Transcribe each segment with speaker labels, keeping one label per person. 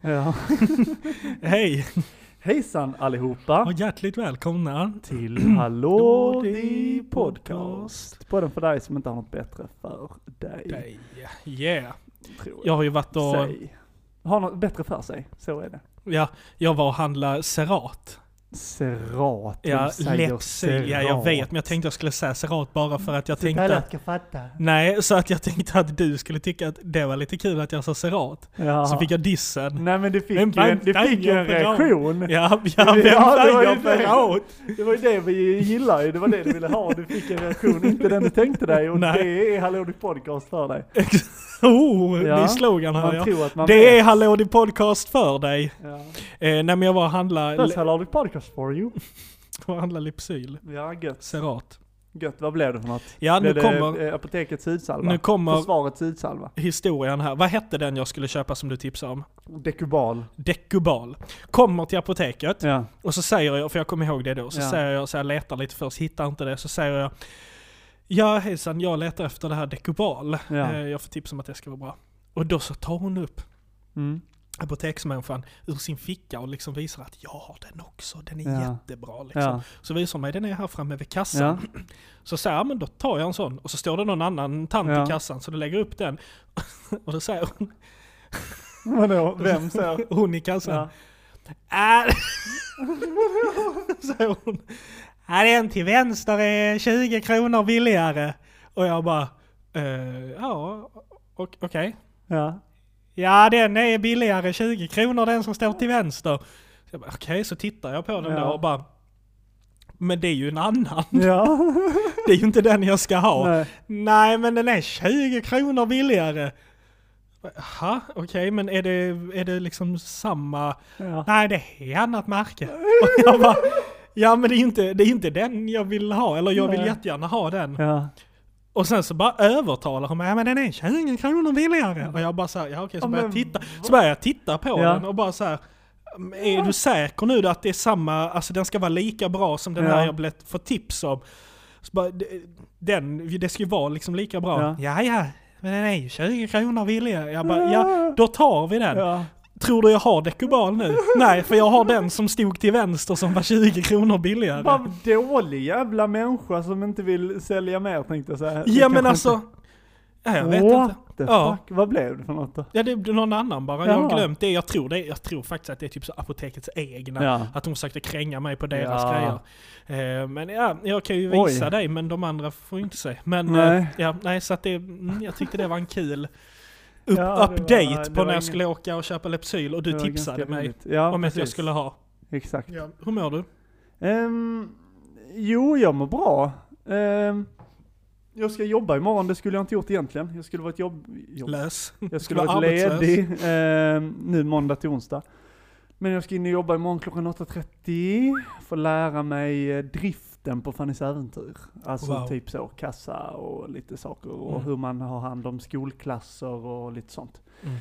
Speaker 1: Ja.
Speaker 2: Hej
Speaker 1: Hejsan allihopa
Speaker 2: och hjärtligt välkomna!
Speaker 1: till Hallå
Speaker 2: Di
Speaker 1: Di Podcast. Podden för dig som inte har något bättre för dig.
Speaker 2: Dig. Yeah.
Speaker 1: Tror jag.
Speaker 2: Jag har ju varit och,
Speaker 1: Säg. Har något bättre för sig, så är det.
Speaker 2: ja, jag var och handlade Serat.
Speaker 1: Serat,
Speaker 2: Ja,
Speaker 1: du säger
Speaker 2: läppsy. Ja, jag
Speaker 1: Serat.
Speaker 2: vet, men jag tänkte jag skulle säga Serat bara för att jag
Speaker 1: Så
Speaker 2: tänkte
Speaker 1: Pelle
Speaker 2: att,
Speaker 1: ska fatta.
Speaker 2: Nej, så att jag tänkte att du skulle tycka att det var lite kul att jag sa Serat.
Speaker 1: Ja.
Speaker 2: Så fick jag dissen.
Speaker 1: Nej men du fick
Speaker 2: Vem
Speaker 1: ju en, du
Speaker 2: fan
Speaker 1: fick ju en
Speaker 2: gör Serat?
Speaker 1: reaktion.
Speaker 2: Ja, ja,
Speaker 1: det
Speaker 2: vem
Speaker 1: var
Speaker 2: fan
Speaker 1: ju
Speaker 2: gör
Speaker 1: det.
Speaker 2: Serat?
Speaker 1: Det var ju det vi gillar ju, det var det du ville ha. Du fick en reaktion, inte den du tänkte dig. Och
Speaker 2: Nej.
Speaker 1: det är Hallå Di Podcast för dig.
Speaker 2: Oh,
Speaker 1: Ja.
Speaker 2: ny slogan hör
Speaker 1: Man
Speaker 2: jag.
Speaker 1: tror att man
Speaker 2: Det
Speaker 1: vet.
Speaker 2: är Hallå din podcast för dig.
Speaker 1: Ja.
Speaker 2: Eh, nej men jag var och handlade,
Speaker 1: First Hallå Di Podcast for you.
Speaker 2: var och handlade Lypsyl.
Speaker 1: Ja, gött.
Speaker 2: Serat.
Speaker 1: Gött, vad blev det för något?
Speaker 2: Ja, nu
Speaker 1: blev
Speaker 2: kommer,
Speaker 1: det eh, Apotekets hudsalva?
Speaker 2: nu kommer
Speaker 1: Försvarets hudsalva?
Speaker 2: historien här. Vad hette den jag skulle köpa som du tipsade om?
Speaker 1: Dekubal?
Speaker 2: Dekubal. Kommer till apoteket
Speaker 1: Ja.
Speaker 2: och så säger jag, för jag kommer ihåg det då, så
Speaker 1: Ja.
Speaker 2: säger jag så jag letar lite först, hittar inte det, så säger jag Ja hejsan, jag letar efter det här Dekubal.
Speaker 1: Ja.
Speaker 2: Eh, Jag får tips om att det ska vara bra. Och då så tar hon upp
Speaker 1: Mm.
Speaker 2: apoteksmänniskan ur sin ficka och liksom visar att jag har den också, den är
Speaker 1: Ja.
Speaker 2: jättebra liksom.
Speaker 1: Ja.
Speaker 2: Så visar hon mig, den är här framme vid kassan.
Speaker 1: Ja.
Speaker 2: Så säger jag, "Ja, men då tar jag en sån. Och så står det någon annan tant
Speaker 1: Ja.
Speaker 2: i kassan, så då lägger jag upp den. Och då säger hon,
Speaker 1: Vadå, vem så?
Speaker 2: hon i kassan,
Speaker 1: Ja.
Speaker 2: ja. säger hon, "Ja, den till vänster är 20 kronor billigare. Och jag bara, "Eh, ja, o- okej.
Speaker 1: Ja.
Speaker 2: Ja, den är billigare 20 kronor den som står till vänster. Så jag bara, Okej, så tittar jag på den
Speaker 1: Ja.
Speaker 2: då och bara, men det är ju en annan.
Speaker 1: Ja.
Speaker 2: Det är ju inte den jag ska ha.
Speaker 1: Nej.
Speaker 2: Nej men den är 20 kronor billigare. Jaha, okej men är det, är det liksom samma?
Speaker 1: Ja.
Speaker 2: Nej det är annat märke. Och jag bara, ja men det är ju inte, det är inte den jag vill ha, eller jag vill
Speaker 1: Nej.
Speaker 2: jättegärna ha den.
Speaker 1: Ja.
Speaker 2: Och sen så bara övertalar hon mig, ja men den är 20 kronor billigare. Och jag bara såhär, ja okej,
Speaker 1: Ja,
Speaker 2: så börjar jag
Speaker 1: men
Speaker 2: titta, så börjar jag titta på
Speaker 1: Ja.
Speaker 2: den och bara såhär, är du säker nu då att det är samma, alltså den ska vara lika bra som den
Speaker 1: Ja.
Speaker 2: här jag blivit för tips om? Så bara, "D- den, det ska ju vara liksom lika bra.
Speaker 1: Ja.
Speaker 2: Ja, ja, men den är ju 20 kronor billigare. Jag bara, ja då tar vi den.
Speaker 1: Ja.
Speaker 2: Tror du jag har dekubal nu? Nej, för jag har den som stod till vänster som var 20 kronor billigare.
Speaker 1: Vad dålig jävla människa som inte vill sälja mer tänkte jag säga.
Speaker 2: Ja men alltså, ja, jag vet
Speaker 1: What
Speaker 2: inte.
Speaker 1: the
Speaker 2: Ja.
Speaker 1: fuck? Vad blev det för något då?
Speaker 2: Ja det är någon annan bara, jag
Speaker 1: Ja.
Speaker 2: har glömt det. Jag tror, det. jag tror faktiskt att det är typ så apotekets egna.
Speaker 1: Ja.
Speaker 2: Att de försökte kränga mig på deras
Speaker 1: Ja.
Speaker 2: grejer. Eh, men ja, jag kan ju visa
Speaker 1: Oj.
Speaker 2: dig men de andra får ju inte se. Men
Speaker 1: Nej.
Speaker 2: eh, ja, nej så att det, mm, jag tyckte det var en kul
Speaker 1: Ja,
Speaker 2: upp,
Speaker 1: det var-
Speaker 2: update
Speaker 1: det var
Speaker 2: på när jag
Speaker 1: ingen-
Speaker 2: skulle åka och köpa Lepsyl och
Speaker 1: Det
Speaker 2: du
Speaker 1: var
Speaker 2: tipsade
Speaker 1: ganska
Speaker 2: mig
Speaker 1: roligt. ja,
Speaker 2: om att jag
Speaker 1: precis.
Speaker 2: skulle ha.
Speaker 1: Exakt.
Speaker 2: Hur mår du?
Speaker 1: Ehm, jo, jag mår bra. Ehm, jag ska jobba imorgon, det skulle jag inte gjort egentligen. Jag skulle varit jobb... jobb.
Speaker 2: Lös.
Speaker 1: Jag
Speaker 2: skulle
Speaker 1: skulle varit
Speaker 2: vara arbetslös.
Speaker 1: ledig ehm, nu måndag till onsdag. Men jag ska in och jobba imorgon klockan 8.30. Få lära mig eh, driften på Fannys äventyr. Alltså
Speaker 2: Wow.
Speaker 1: typ så, kassa och lite saker och
Speaker 2: Mm.
Speaker 1: hur man har hand om skolklasser och lite sånt.
Speaker 2: Mm.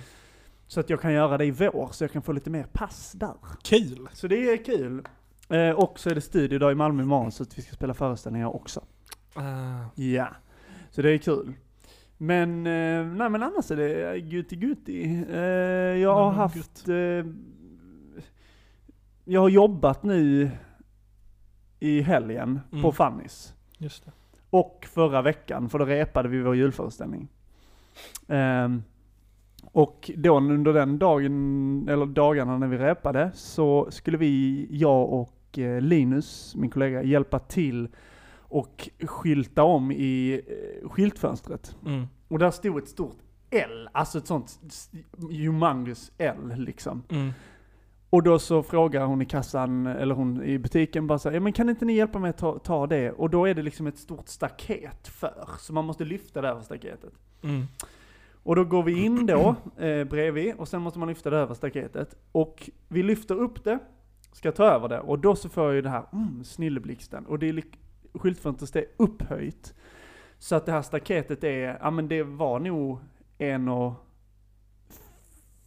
Speaker 1: Så att jag kan göra det i vår, så jag kan få lite mer pass där.
Speaker 2: Kul!
Speaker 1: Så det är kul. Eh, och så är det studiedag i Malmö imorgon så att vi ska spela föreställningar också.
Speaker 2: Ah,
Speaker 1: Ja. Så det är kul. Men, eh, nej men annars är det guti guti. Eh, jag har
Speaker 2: men
Speaker 1: haft... Eh, jag har jobbat nu i helgen på
Speaker 2: Mm.
Speaker 1: Fannys.
Speaker 2: just det.
Speaker 1: Och förra veckan, för då repade vi vår julföreställning. Ehm, och då under den dagen, eller dagarna när vi repade, så skulle vi, jag och eh, Linus, min kollega, hjälpa till och skylta om i eh, skyltfönstret.
Speaker 2: Mm.
Speaker 1: Och där stod ett stort L, alltså ett sånt s- humongous L liksom.
Speaker 2: Mm.
Speaker 1: Och då så frågar hon i kassan, eller hon i butiken bara så här, ja men kan inte ni hjälpa mig att ta, ta det? Och då är det liksom ett stort staket för, så man måste lyfta det över staketet.
Speaker 2: Mm.
Speaker 1: Och då går vi in då, eh, bredvid, och sen måste man lyfta det över staketet. Och vi lyfter upp det, ska ta över det, och då så får jag ju det här, mm, snilleblixten. Och det är lik- skyltfönstret är upphöjt. Så att det här staketet är, ja men det var nog en och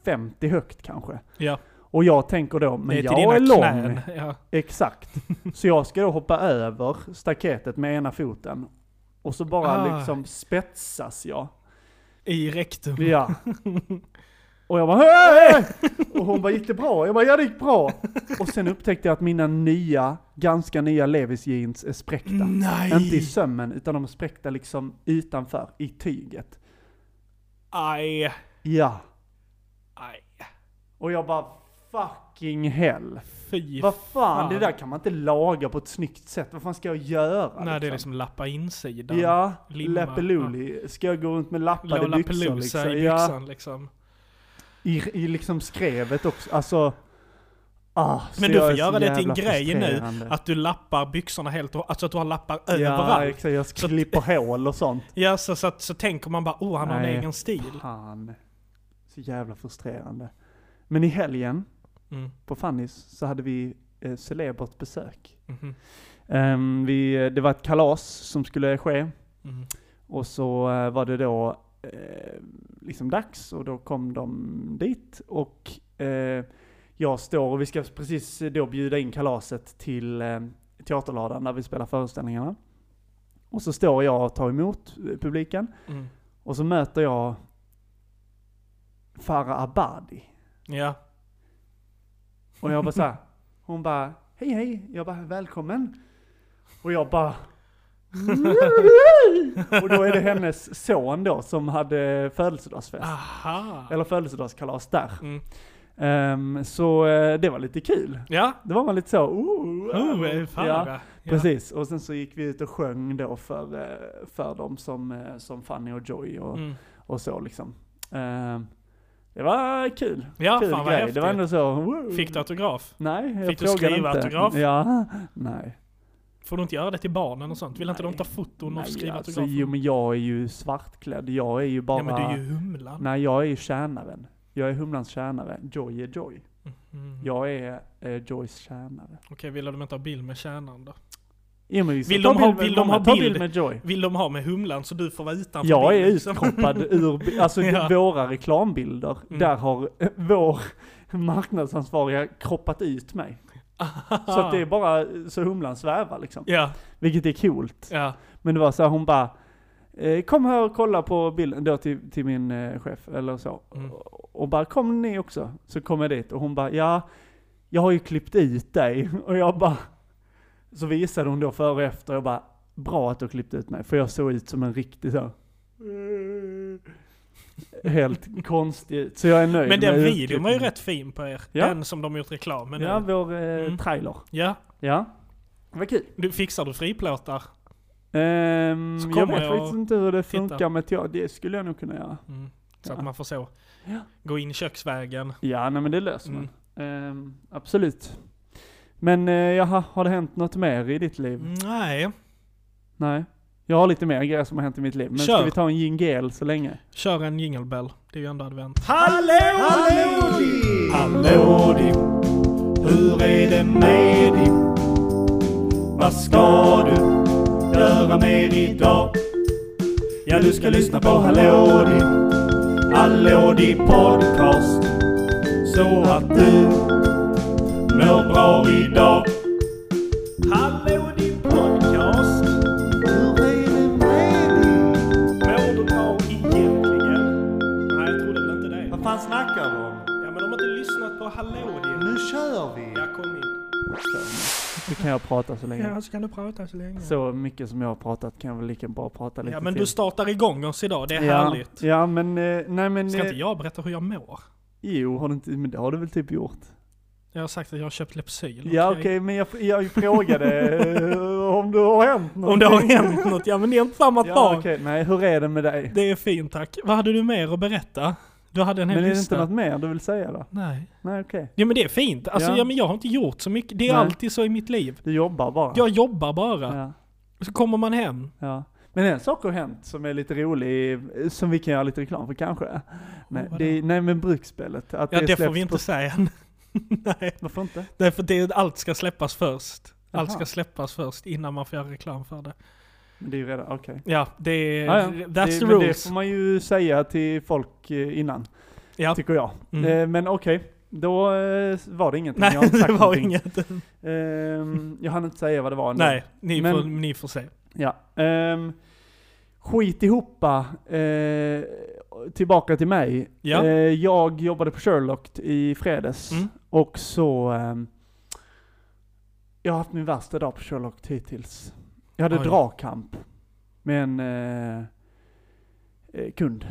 Speaker 1: 50 högt kanske.
Speaker 2: Ja,
Speaker 1: Och jag tänker då, men
Speaker 2: det är till
Speaker 1: jag är
Speaker 2: dina
Speaker 1: lång.
Speaker 2: knän. Ja.
Speaker 1: Exakt. Så jag ska då hoppa över staketet med ena foten. Och så bara
Speaker 2: Ah.
Speaker 1: liksom spetsas jag.
Speaker 2: I rektum.
Speaker 1: Ja. Och jag bara hej! Och hon bara gick det bra? Jag bara ja det gick bra. Och sen upptäckte jag att mina nya, ganska nya Levis jeans är spräckta.
Speaker 2: Nej!
Speaker 1: Inte i sömmen utan de är spräckta liksom utanför, i tyget.
Speaker 2: Aj,
Speaker 1: Ja.
Speaker 2: aj.
Speaker 1: Och jag bara fucking hell.
Speaker 2: Fy
Speaker 1: Vad fan,
Speaker 2: fan.
Speaker 1: det där kan man inte laga på ett snyggt sätt. Vad fan ska jag göra?
Speaker 2: Nej, det är liksom lappa insidan.
Speaker 1: Ja,
Speaker 2: limma.
Speaker 1: Lappeluli. Ska jag gå runt med lappade
Speaker 2: Lola
Speaker 1: byxor
Speaker 2: Pelusa
Speaker 1: liksom?
Speaker 2: i
Speaker 1: Ja,
Speaker 2: byxan liksom.
Speaker 1: i, I liksom skrevet också. Alltså... Ah, så
Speaker 2: Men du
Speaker 1: jag
Speaker 2: får
Speaker 1: är så
Speaker 2: göra det till en
Speaker 1: jävla
Speaker 2: grej nu,
Speaker 1: frustrerande.
Speaker 2: att du lappar byxorna helt och alltså att du har lappar
Speaker 1: Ja,
Speaker 2: överallt.
Speaker 1: exakt. Jag
Speaker 2: Så att-
Speaker 1: klipper hål och sånt.
Speaker 2: Ja, så, så, att- så tänker man bara oh, han har
Speaker 1: Nej.
Speaker 2: en egen stil.
Speaker 1: Fan. Så jävla frustrerande. Men i helgen,
Speaker 2: Mm.
Speaker 1: på Fannys, så hade vi eh, celebert besök.
Speaker 2: mhm,
Speaker 1: Ehm, vi, det var ett kalas som skulle ske.
Speaker 2: mhm.
Speaker 1: Och så eh, var det då eh, liksom dags och då kom de dit och eh, jag står och vi ska precis då bjuda in kalaset till eh, teaterladan där vi spelar föreställningarna. Och så står jag och tar emot eh, publiken
Speaker 2: Mm.
Speaker 1: och så möter jag Farah Abadi.
Speaker 2: Ja.
Speaker 1: Och jag bara såhär, hon bara hej hej, jag bara välkommen. Och jag bara Och då är det hennes son då som hade födelsedagsfest.
Speaker 2: Aha.
Speaker 1: Eller födelsedagskalas där.
Speaker 2: Ah. Mm.
Speaker 1: Ehm, så eh, det var lite kul.
Speaker 2: Ja.
Speaker 1: Det var man lite så, oh, wow.
Speaker 2: Oh, eh, fan.
Speaker 1: ja,
Speaker 2: Ja.
Speaker 1: precis. Och sen så gick vi ut och sjöng då för, eh, för dem som, eh, som Fanny och Joy och,
Speaker 2: Mm.
Speaker 1: och så liksom. Ehm, det var kul.
Speaker 2: Ja,
Speaker 1: kul
Speaker 2: fan vad
Speaker 1: grej. Det var ändå
Speaker 2: häftigt.
Speaker 1: så, wow.
Speaker 2: Fick du autograf?
Speaker 1: Nej, jag
Speaker 2: Fick du
Speaker 1: frågade
Speaker 2: skriva
Speaker 1: inte.
Speaker 2: autograf?
Speaker 1: Ja, nej.
Speaker 2: Får du inte göra det till barnen och sånt? Vill inte de
Speaker 1: Nej.
Speaker 2: ta foton och
Speaker 1: nej
Speaker 2: skriva
Speaker 1: alltså,
Speaker 2: autografer?
Speaker 1: jo men jag är ju svartklädd. Jag är ju bara...
Speaker 2: Ja men du är ju humlan.
Speaker 1: Nej, jag är ju tjänaren. Jag är Humlans tjänare. Joy är Joy.
Speaker 2: Mm.
Speaker 1: Jag är eh, Joys tjänare.
Speaker 2: Okej, ville de inte ha bild med kärnan då?
Speaker 1: Jo, men vi ska
Speaker 2: Vill
Speaker 1: ta
Speaker 2: de ha-
Speaker 1: med
Speaker 2: vill de
Speaker 1: mamma.
Speaker 2: ha
Speaker 1: Ta bild
Speaker 2: bild?
Speaker 1: med Joy.
Speaker 2: Vill de ha med humlan så du får vara utanför
Speaker 1: Jag är
Speaker 2: bild, liksom?
Speaker 1: utkroppad ur, bi- alltså
Speaker 2: Ja.
Speaker 1: våra reklambilder,
Speaker 2: Mm.
Speaker 1: där har eh, vår marknadsansvariga kroppat ut mig. Så att det är bara så humlan svävar liksom.
Speaker 2: Ja,
Speaker 1: Vilket är coolt.
Speaker 2: ja.
Speaker 1: Men det var så här, hon bara eh, Kom här och kolla på bilden, då till, till min eh, chef eller så.
Speaker 2: Mm.
Speaker 1: Och, och bara kom ni också. Så kom jag dit och hon bara ja, jag har ju klippt ut dig. Och jag bara Så visade hon då före och efter och jag bara Bra att du har klippt ut mig, för jag såg ut som en riktig så här, Helt konstig ut. Så jag är nöjd
Speaker 2: Men den
Speaker 1: med
Speaker 2: videon var ju
Speaker 1: utklippningen.
Speaker 2: rätt fin på er.
Speaker 1: Ja.
Speaker 2: Den som de gjort reklam med
Speaker 1: Ja,
Speaker 2: nu.
Speaker 1: vår eh,
Speaker 2: Mm.
Speaker 1: trailer.
Speaker 2: Ja.
Speaker 1: Ja. Vad kul.
Speaker 2: Du fixar du friplåtar?
Speaker 1: Ehm,
Speaker 2: Så
Speaker 1: jag
Speaker 2: kommer
Speaker 1: vet
Speaker 2: jag
Speaker 1: faktiskt inte hur det
Speaker 2: titta.
Speaker 1: funkar med teater. Det skulle jag nog kunna göra.
Speaker 2: Mm. Så
Speaker 1: Ja.
Speaker 2: att man får så.
Speaker 1: Ja.
Speaker 2: Gå in köksvägen.
Speaker 1: Ja, nej men det löser
Speaker 2: Mm.
Speaker 1: man. Ehm, absolut. Men eh, jaha, har det hänt något mer i ditt
Speaker 2: Mm.
Speaker 1: liv?
Speaker 2: Nej.
Speaker 1: Nej. Jag har lite mer grejer som har hänt i mitt liv. Men ska
Speaker 2: Kör.
Speaker 1: vi ta en jingel så länge?
Speaker 2: Kör en jingle bell. Det är ju ändå advent.
Speaker 1: Hallådi!
Speaker 2: Hallå Dipp! Hur är det med Dipp? Vad ska du göra mer idag?
Speaker 1: Ja, du ska lyssna på Hallådi.
Speaker 2: Hallådi podcast Så att du mår bra idag Hallådi podcast Mår du bra egentligen? Nej, jag trodde väl inte det.
Speaker 3: Vad fan snackar du om?
Speaker 2: Ja, men de har inte lyssnat på Hallådi.
Speaker 3: Nu kör vi!
Speaker 2: Jag kom in.
Speaker 1: Nu kan jag prata så länge.
Speaker 2: Ja, så kan du prata så länge.
Speaker 1: Så mycket som jag har pratat kan jag väl lika bra prata lite
Speaker 2: Ja, men
Speaker 1: till.
Speaker 2: du startar igång oss idag. Det är
Speaker 1: ja,
Speaker 2: härligt.
Speaker 1: ja, men eh, nej men...
Speaker 2: Ska inte
Speaker 1: Eh,
Speaker 2: jag berätta hur jag mår?
Speaker 1: jo, har du inte, men det har du väl typ gjort?
Speaker 2: Jag har sagt att jag har köpt Lypsyl.
Speaker 1: Ja okej, men jag, jag frågade eh, om det har hänt något.
Speaker 2: Om det har hänt något, ja men det är inte samma
Speaker 1: Ja
Speaker 2: sak.
Speaker 1: okej, nej hur är det med dig?
Speaker 2: Det är fint tack. Vad hade du mer att berätta? Du hade en hel
Speaker 1: Men är det
Speaker 2: lista.
Speaker 1: inte något mer du vill säga då?
Speaker 2: Nej.
Speaker 1: Nej okej.
Speaker 2: Ja men det är fint. Alltså
Speaker 1: Ja.
Speaker 2: ja. men jag har inte gjort så mycket. Det är
Speaker 1: Nej.
Speaker 2: alltid så i mitt liv.
Speaker 1: Du jobbar bara.
Speaker 2: Jag jobbar bara.
Speaker 1: ja,
Speaker 2: Så kommer man hem.
Speaker 1: ja. Men en sak har hänt som är lite rolig, eh, som vi kan göra lite reklam för kanske. Nej,
Speaker 2: vadå?
Speaker 1: det, är- nej men bruksspelet. Att
Speaker 2: Ja det, får
Speaker 1: släpps
Speaker 2: vi inte
Speaker 1: på,
Speaker 2: säga än. Nej.
Speaker 1: Varför inte?
Speaker 2: Nej för det, allt ska släppas först. Allt
Speaker 1: Jaha.
Speaker 2: ska släppas först innan man får göra reklam för det.
Speaker 1: Men det är ju redan, okej.
Speaker 2: Ja, det är...
Speaker 1: Ah, ja.
Speaker 2: Eh, That's
Speaker 1: det,
Speaker 2: the
Speaker 1: men det
Speaker 2: rules.
Speaker 1: får man ju säga till folk eh, innan,
Speaker 2: Ja.
Speaker 1: tycker jag.
Speaker 2: Mm.
Speaker 1: Eh, Men okej, då eh, var det ingenting. jag har
Speaker 2: Nej,
Speaker 1: inte sagt
Speaker 2: det var
Speaker 1: någonting.
Speaker 2: inget.
Speaker 1: Ehm, jag hann inte säga vad det var ändå.
Speaker 2: Nej, ni,
Speaker 1: Men-
Speaker 2: får, ni får se.
Speaker 1: Ja. ehm, Skit ihopa, eh, tillbaka till mig.
Speaker 2: Ja.
Speaker 1: Eh, jag jobbade på Sherlock t- i fredags
Speaker 2: Mm.
Speaker 1: och så... ehm, jag har haft min värsta dag på Sherlock hittills. Jag hade
Speaker 2: Oj.
Speaker 1: dragkamp med en eh, eh, kund.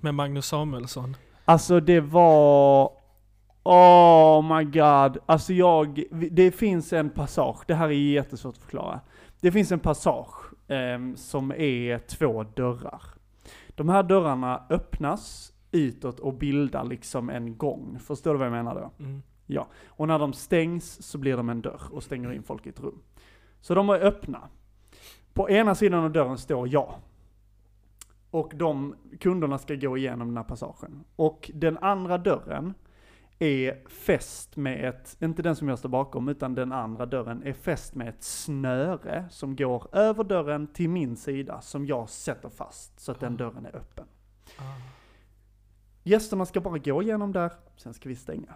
Speaker 2: Med Magnus Samuelsson.
Speaker 1: Alltså det var... Oh my god. Alltså jag... Det finns en passage, det här är jättesvårt att förklara. Det finns en passage ehm, som är två dörrar. De här dörrarna öppnas utåt och bildar liksom en gång. Förstår du vad jag menar då?
Speaker 2: Mm.
Speaker 1: Och när de stängs så blir de en dörr och stänger in folk i ett rum. Så de är öppna. På ena sidan av dörren står jag. Och de kunderna ska gå igenom den här passagen. Och den andra dörren är fäst med ett, inte den som jag står bakom, utan den andra dörren är fäst med ett snöre som går över dörren till min sida som jag sätter fast så att den dörren är öppen.
Speaker 2: Ah.
Speaker 1: Gästerna ska bara gå igenom där, sen ska vi stänga.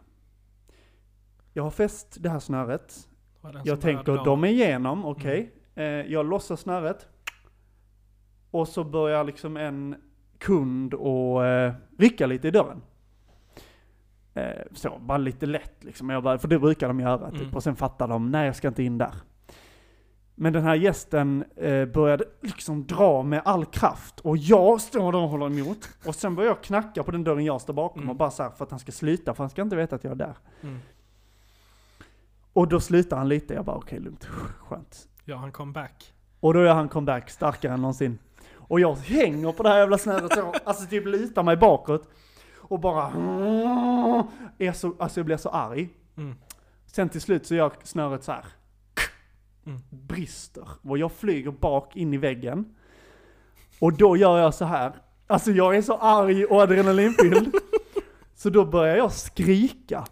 Speaker 1: Jag har fäst det här snöret.
Speaker 2: Det var den
Speaker 1: Jag
Speaker 2: som började
Speaker 1: tänker,
Speaker 2: då.
Speaker 1: de är igenom, okej.
Speaker 2: Mm.
Speaker 1: Eh, jag lossar snöret. Och så börjar liksom en kund och eh, rycka lite i dörren. Eh, så, bara lite lätt liksom. Jag bara, för det brukar de göra typ.
Speaker 2: Mm.
Speaker 1: Och sen fattar de, nej jag ska inte in där. Men den här gästen eh, började liksom dra med all kraft och jag står där och håller emot. Och sen börjar jag knacka på den dörren jag står bakom
Speaker 2: Mm.
Speaker 1: och bara så här för att han ska sluta, för han ska inte veta att jag är där.
Speaker 2: Mm.
Speaker 1: Och då slutar han lite, jag bara okej lugnt, skönt.
Speaker 2: Ja, han kom back.
Speaker 1: Och då är han comeback starkare än någonsin. Och jag hänger på det här jävla snöret så, alltså typ lutar mig bakåt. Och bara... Är så, alltså jag blir så arg.
Speaker 2: Mm.
Speaker 1: Sen till slut så gör snöret så här.
Speaker 2: Mm.
Speaker 1: Brister. Och jag flyger bak in i väggen. Och då gör jag så här. Alltså jag är så arg och adrenalinfylld. så då börjar jag skrika.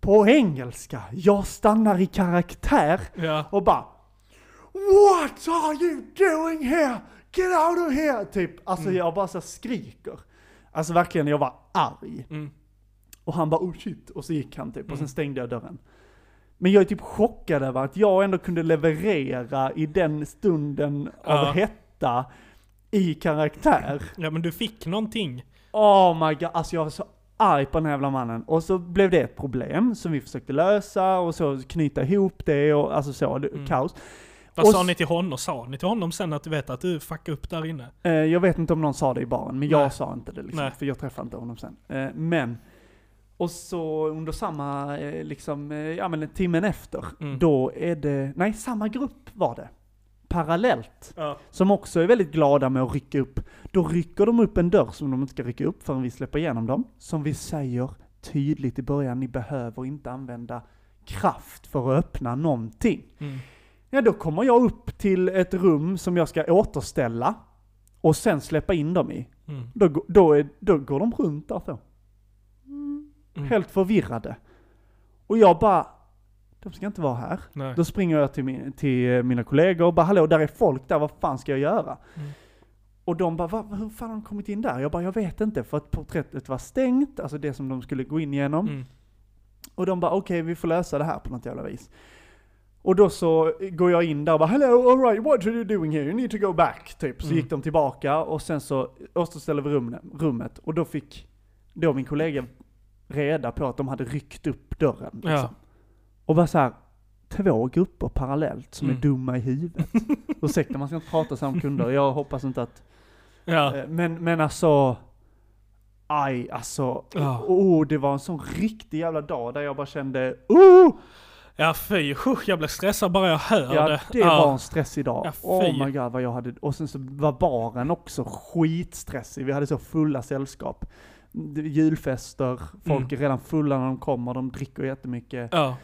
Speaker 1: På engelska. Jag stannar i karaktär
Speaker 2: Ja.
Speaker 1: och bara What are you doing here? Get out of here! Typ, alltså
Speaker 2: Mm.
Speaker 1: jag bara så här skriker. Alltså verkligen, jag var arg.
Speaker 2: Mm.
Speaker 1: Och han bara oh shit, och så gick han typ, och sen stängde jag dörren. Men jag är typ chockad över att jag ändå kunde leverera i den stunden
Speaker 2: Ja.
Speaker 1: av hetta i karaktär.
Speaker 2: ja, men du fick någonting.
Speaker 1: Oh my god, alltså jag var så arg på den här jävla mannen. Och så blev det ett problem som vi försökte lösa och så knyta ihop det och alltså så, det-
Speaker 2: Mm.
Speaker 1: kaos.
Speaker 2: Vad
Speaker 1: Och
Speaker 2: sa
Speaker 1: s-
Speaker 2: ni till honom? Sa ni till honom sen att du vet att du fuckade upp där inne?
Speaker 1: Eh, jag vet inte om någon sa det i baren, men
Speaker 2: Nej.
Speaker 1: jag sa inte det liksom,
Speaker 2: Nej.
Speaker 1: för jag träffade inte honom sen. Eh, men, och så under samma, eh, liksom, eh, ja men timmen efter,
Speaker 2: Mm.
Speaker 1: då är det, nej samma grupp var det. Parallellt.
Speaker 2: Ja.
Speaker 1: Som också är väldigt glada med att rycka upp. Då rycker de upp en dörr som de inte ska rycka upp förrän vi släpper igenom dem. Som vi säger tydligt i början, ni behöver inte använda kraft för att öppna någonting.
Speaker 2: Mm.
Speaker 1: Ja, då kommer jag upp till ett rum som jag ska återställa och sen släppa in dem i.
Speaker 2: Mm.
Speaker 1: Då, gå- då, är, då går de runt där så.
Speaker 2: Mm.
Speaker 1: Helt förvirrade. Och jag bara, de ska inte vara här.
Speaker 2: Nej.
Speaker 1: Då springer jag till, min, till eh, mina kollegor och bara, hallå där är folk där, vad fan ska jag göra?
Speaker 2: Mm.
Speaker 1: Och de bara, "Va, hur fan har de kommit in där? Jag bara, jag vet inte, för att porträttet var stängt, alltså det som de skulle gå in genom.
Speaker 2: Mm.
Speaker 1: Och de bara okej, vi får lösa det här på något jävla vis. Och då så går jag in där och bara hello, alright, what are you doing here? You need to go back, typ. Så
Speaker 2: Mm.
Speaker 1: gick de tillbaka och sen så återställde vi rumne- rummet och då fick då min kollega reda på att de hade ryckt upp dörren. Liksom.
Speaker 2: Ja.
Speaker 1: Och var så här, två grupper parallellt som
Speaker 2: Mm.
Speaker 1: är dumma i huvudet. Ursäkta, man ska inte prata så här om kunder. Jag hoppas inte att...
Speaker 2: Ja.
Speaker 1: eh, Men, men alltså... Aj, alltså.
Speaker 2: Ja.
Speaker 1: Oh, det var en sån riktig jävla dag där jag bara kände, oh!
Speaker 2: ja, fy. Huh, jag blev stressad bara jag hör
Speaker 1: Ja,
Speaker 2: det.
Speaker 1: det,
Speaker 2: ja.
Speaker 1: var en stressig dag.
Speaker 2: Ja, fy.
Speaker 1: oh my god vad jag hade... Och sen så var baren också skitstressig. Vi hade så fulla sällskap. Det- Julfester, folk
Speaker 2: Mm.
Speaker 1: är redan fulla när de kommer, de dricker jättemycket.
Speaker 2: Ja.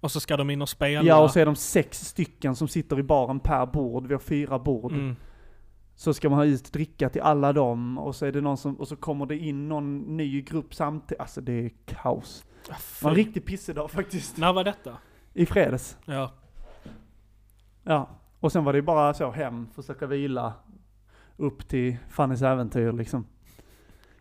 Speaker 2: Och så ska de in och spela.
Speaker 1: Ja, och så är de sex stycken som sitter i baren per bord. Vi har fyra bord.
Speaker 2: Mm.
Speaker 1: Så ska man ha ut dricka till alla dem och så är det någon som, och så kommer det in någon ny grupp samtidigt. Alltså det är kaos.
Speaker 2: Ja,
Speaker 1: Det var en
Speaker 2: fy.
Speaker 1: riktig pissedag faktiskt.
Speaker 2: När var detta?
Speaker 1: I fredags.
Speaker 2: Ja.
Speaker 1: Ja, och sen var det ju bara så hem, försöka vila upp till Fannys äventyr liksom.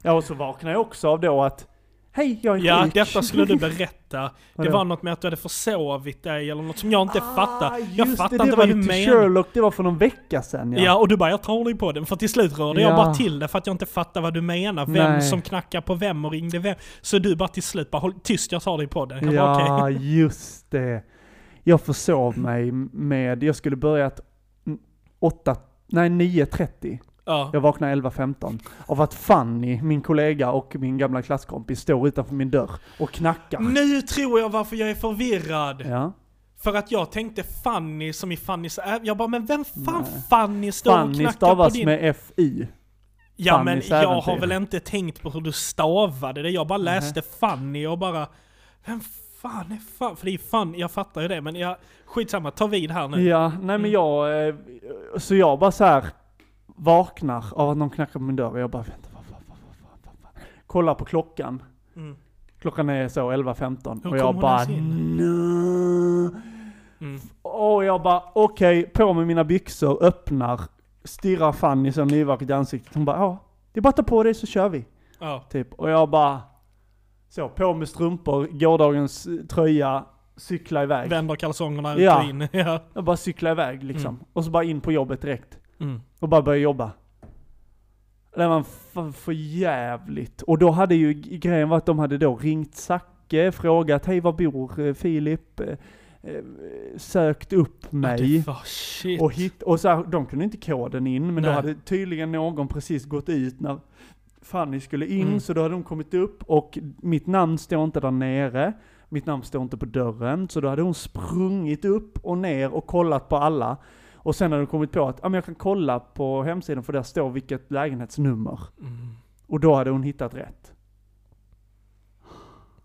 Speaker 1: Ja, och så vaknade jag också av då att Hej, jag är
Speaker 2: Ja,
Speaker 1: sjuk.
Speaker 2: detta skulle du berätta. Det
Speaker 1: Vadå?
Speaker 2: var något med att du hade försovit dig eller något som jag inte fattar.
Speaker 1: Ah,
Speaker 2: Jag
Speaker 1: just
Speaker 2: fattar
Speaker 1: det,
Speaker 2: inte
Speaker 1: det var
Speaker 2: vad
Speaker 1: ju
Speaker 2: du
Speaker 1: till
Speaker 2: menar.
Speaker 1: Sherlock, det var för någon vecka sedan
Speaker 2: Ja. och du bara jag tror dig på den. För till slut rörde
Speaker 1: Ja.
Speaker 2: jag bara till det för att jag inte fattar vad du menar. Vem
Speaker 1: Nej.
Speaker 2: som knackar på vem och ringde vem. Så du bara till slut bara håll tyst jag tar dig på den. Jag bara, okej.
Speaker 1: Ja, just det. Jag försov mig med, jag skulle börjat mm, åtta nej 9.30.
Speaker 2: Ja.
Speaker 1: Jag vaknade 11.15. Av att Fanny, min kollega och min gamla klasskompis står utanför min dörr och knackar.
Speaker 2: Nu tror jag varför jag är förvirrad.
Speaker 1: Ja.
Speaker 2: För att jag tänkte Fanny som i Fannys... ä- Jag bara, men vem fan
Speaker 1: Nej.
Speaker 2: Fanny står och
Speaker 1: Fanny
Speaker 2: knackar på
Speaker 1: stavas
Speaker 2: din...
Speaker 1: med F-I.
Speaker 2: ja men
Speaker 1: Fannys
Speaker 2: jag
Speaker 1: äventyr.
Speaker 2: har väl inte tänkt på hur du stavade det.
Speaker 1: Mhm.
Speaker 2: Jag bara läste Fanny och bara... Vem fan är fan? För det är Fanny, jag fattar ju det men jag... Skitsamma, ta vid här nu.
Speaker 1: Ja, nej men jag, eh, så jag bara så här vaknar av att någon knackar på min dörr och jag bara vänta, vad, vad, vad, vad, vad, vad, vad. Kollar på klockan.
Speaker 2: Mm.
Speaker 1: Klockan är så 11.15
Speaker 2: Hur
Speaker 1: och
Speaker 2: kom
Speaker 1: jag
Speaker 2: hon
Speaker 1: bara
Speaker 2: ens in?
Speaker 1: "Nå."
Speaker 2: Mm.
Speaker 1: Och jag bara okej, på med mina byxor, öppnar, stirrar Fanny så nyvaket i ansiktet. Hon bara ja, det är bara att ta på dig så kör vi.
Speaker 2: Ja.
Speaker 1: Typ. Och jag bara så, på med strumpor, gårdagens eh, tröja, cykla iväg.
Speaker 2: Vänder kalsongerna ut
Speaker 1: Ja.
Speaker 2: och in. Ja.
Speaker 1: Jag bara cykla iväg liksom. Och så bara in på jobbet direkt.
Speaker 2: Mm.
Speaker 1: Och bara börja jobba. Det var för, för jävligt. Och då hade ju grejen var att de hade då ringt Zacke, frågat hej var bor eh, Filip? Eh, eh, Sökt upp mig.
Speaker 2: Det var shit.
Speaker 1: Och, hit, och så här, de kunde inte koden in, men då
Speaker 2: Nej.
Speaker 1: hade tydligen någon precis gått ut när Fanny skulle in,
Speaker 2: Mm.
Speaker 1: så då hade de kommit upp och mitt namn står inte där nere. Mitt namn står inte på dörren, så då hade hon sprungit upp och ner och kollat på alla. Och sen hade hon kommit på att, ja men jag kan kolla på hemsidan för där står vilket lägenhetsnummer.
Speaker 2: Mm.
Speaker 1: Och då hade hon hittat rätt.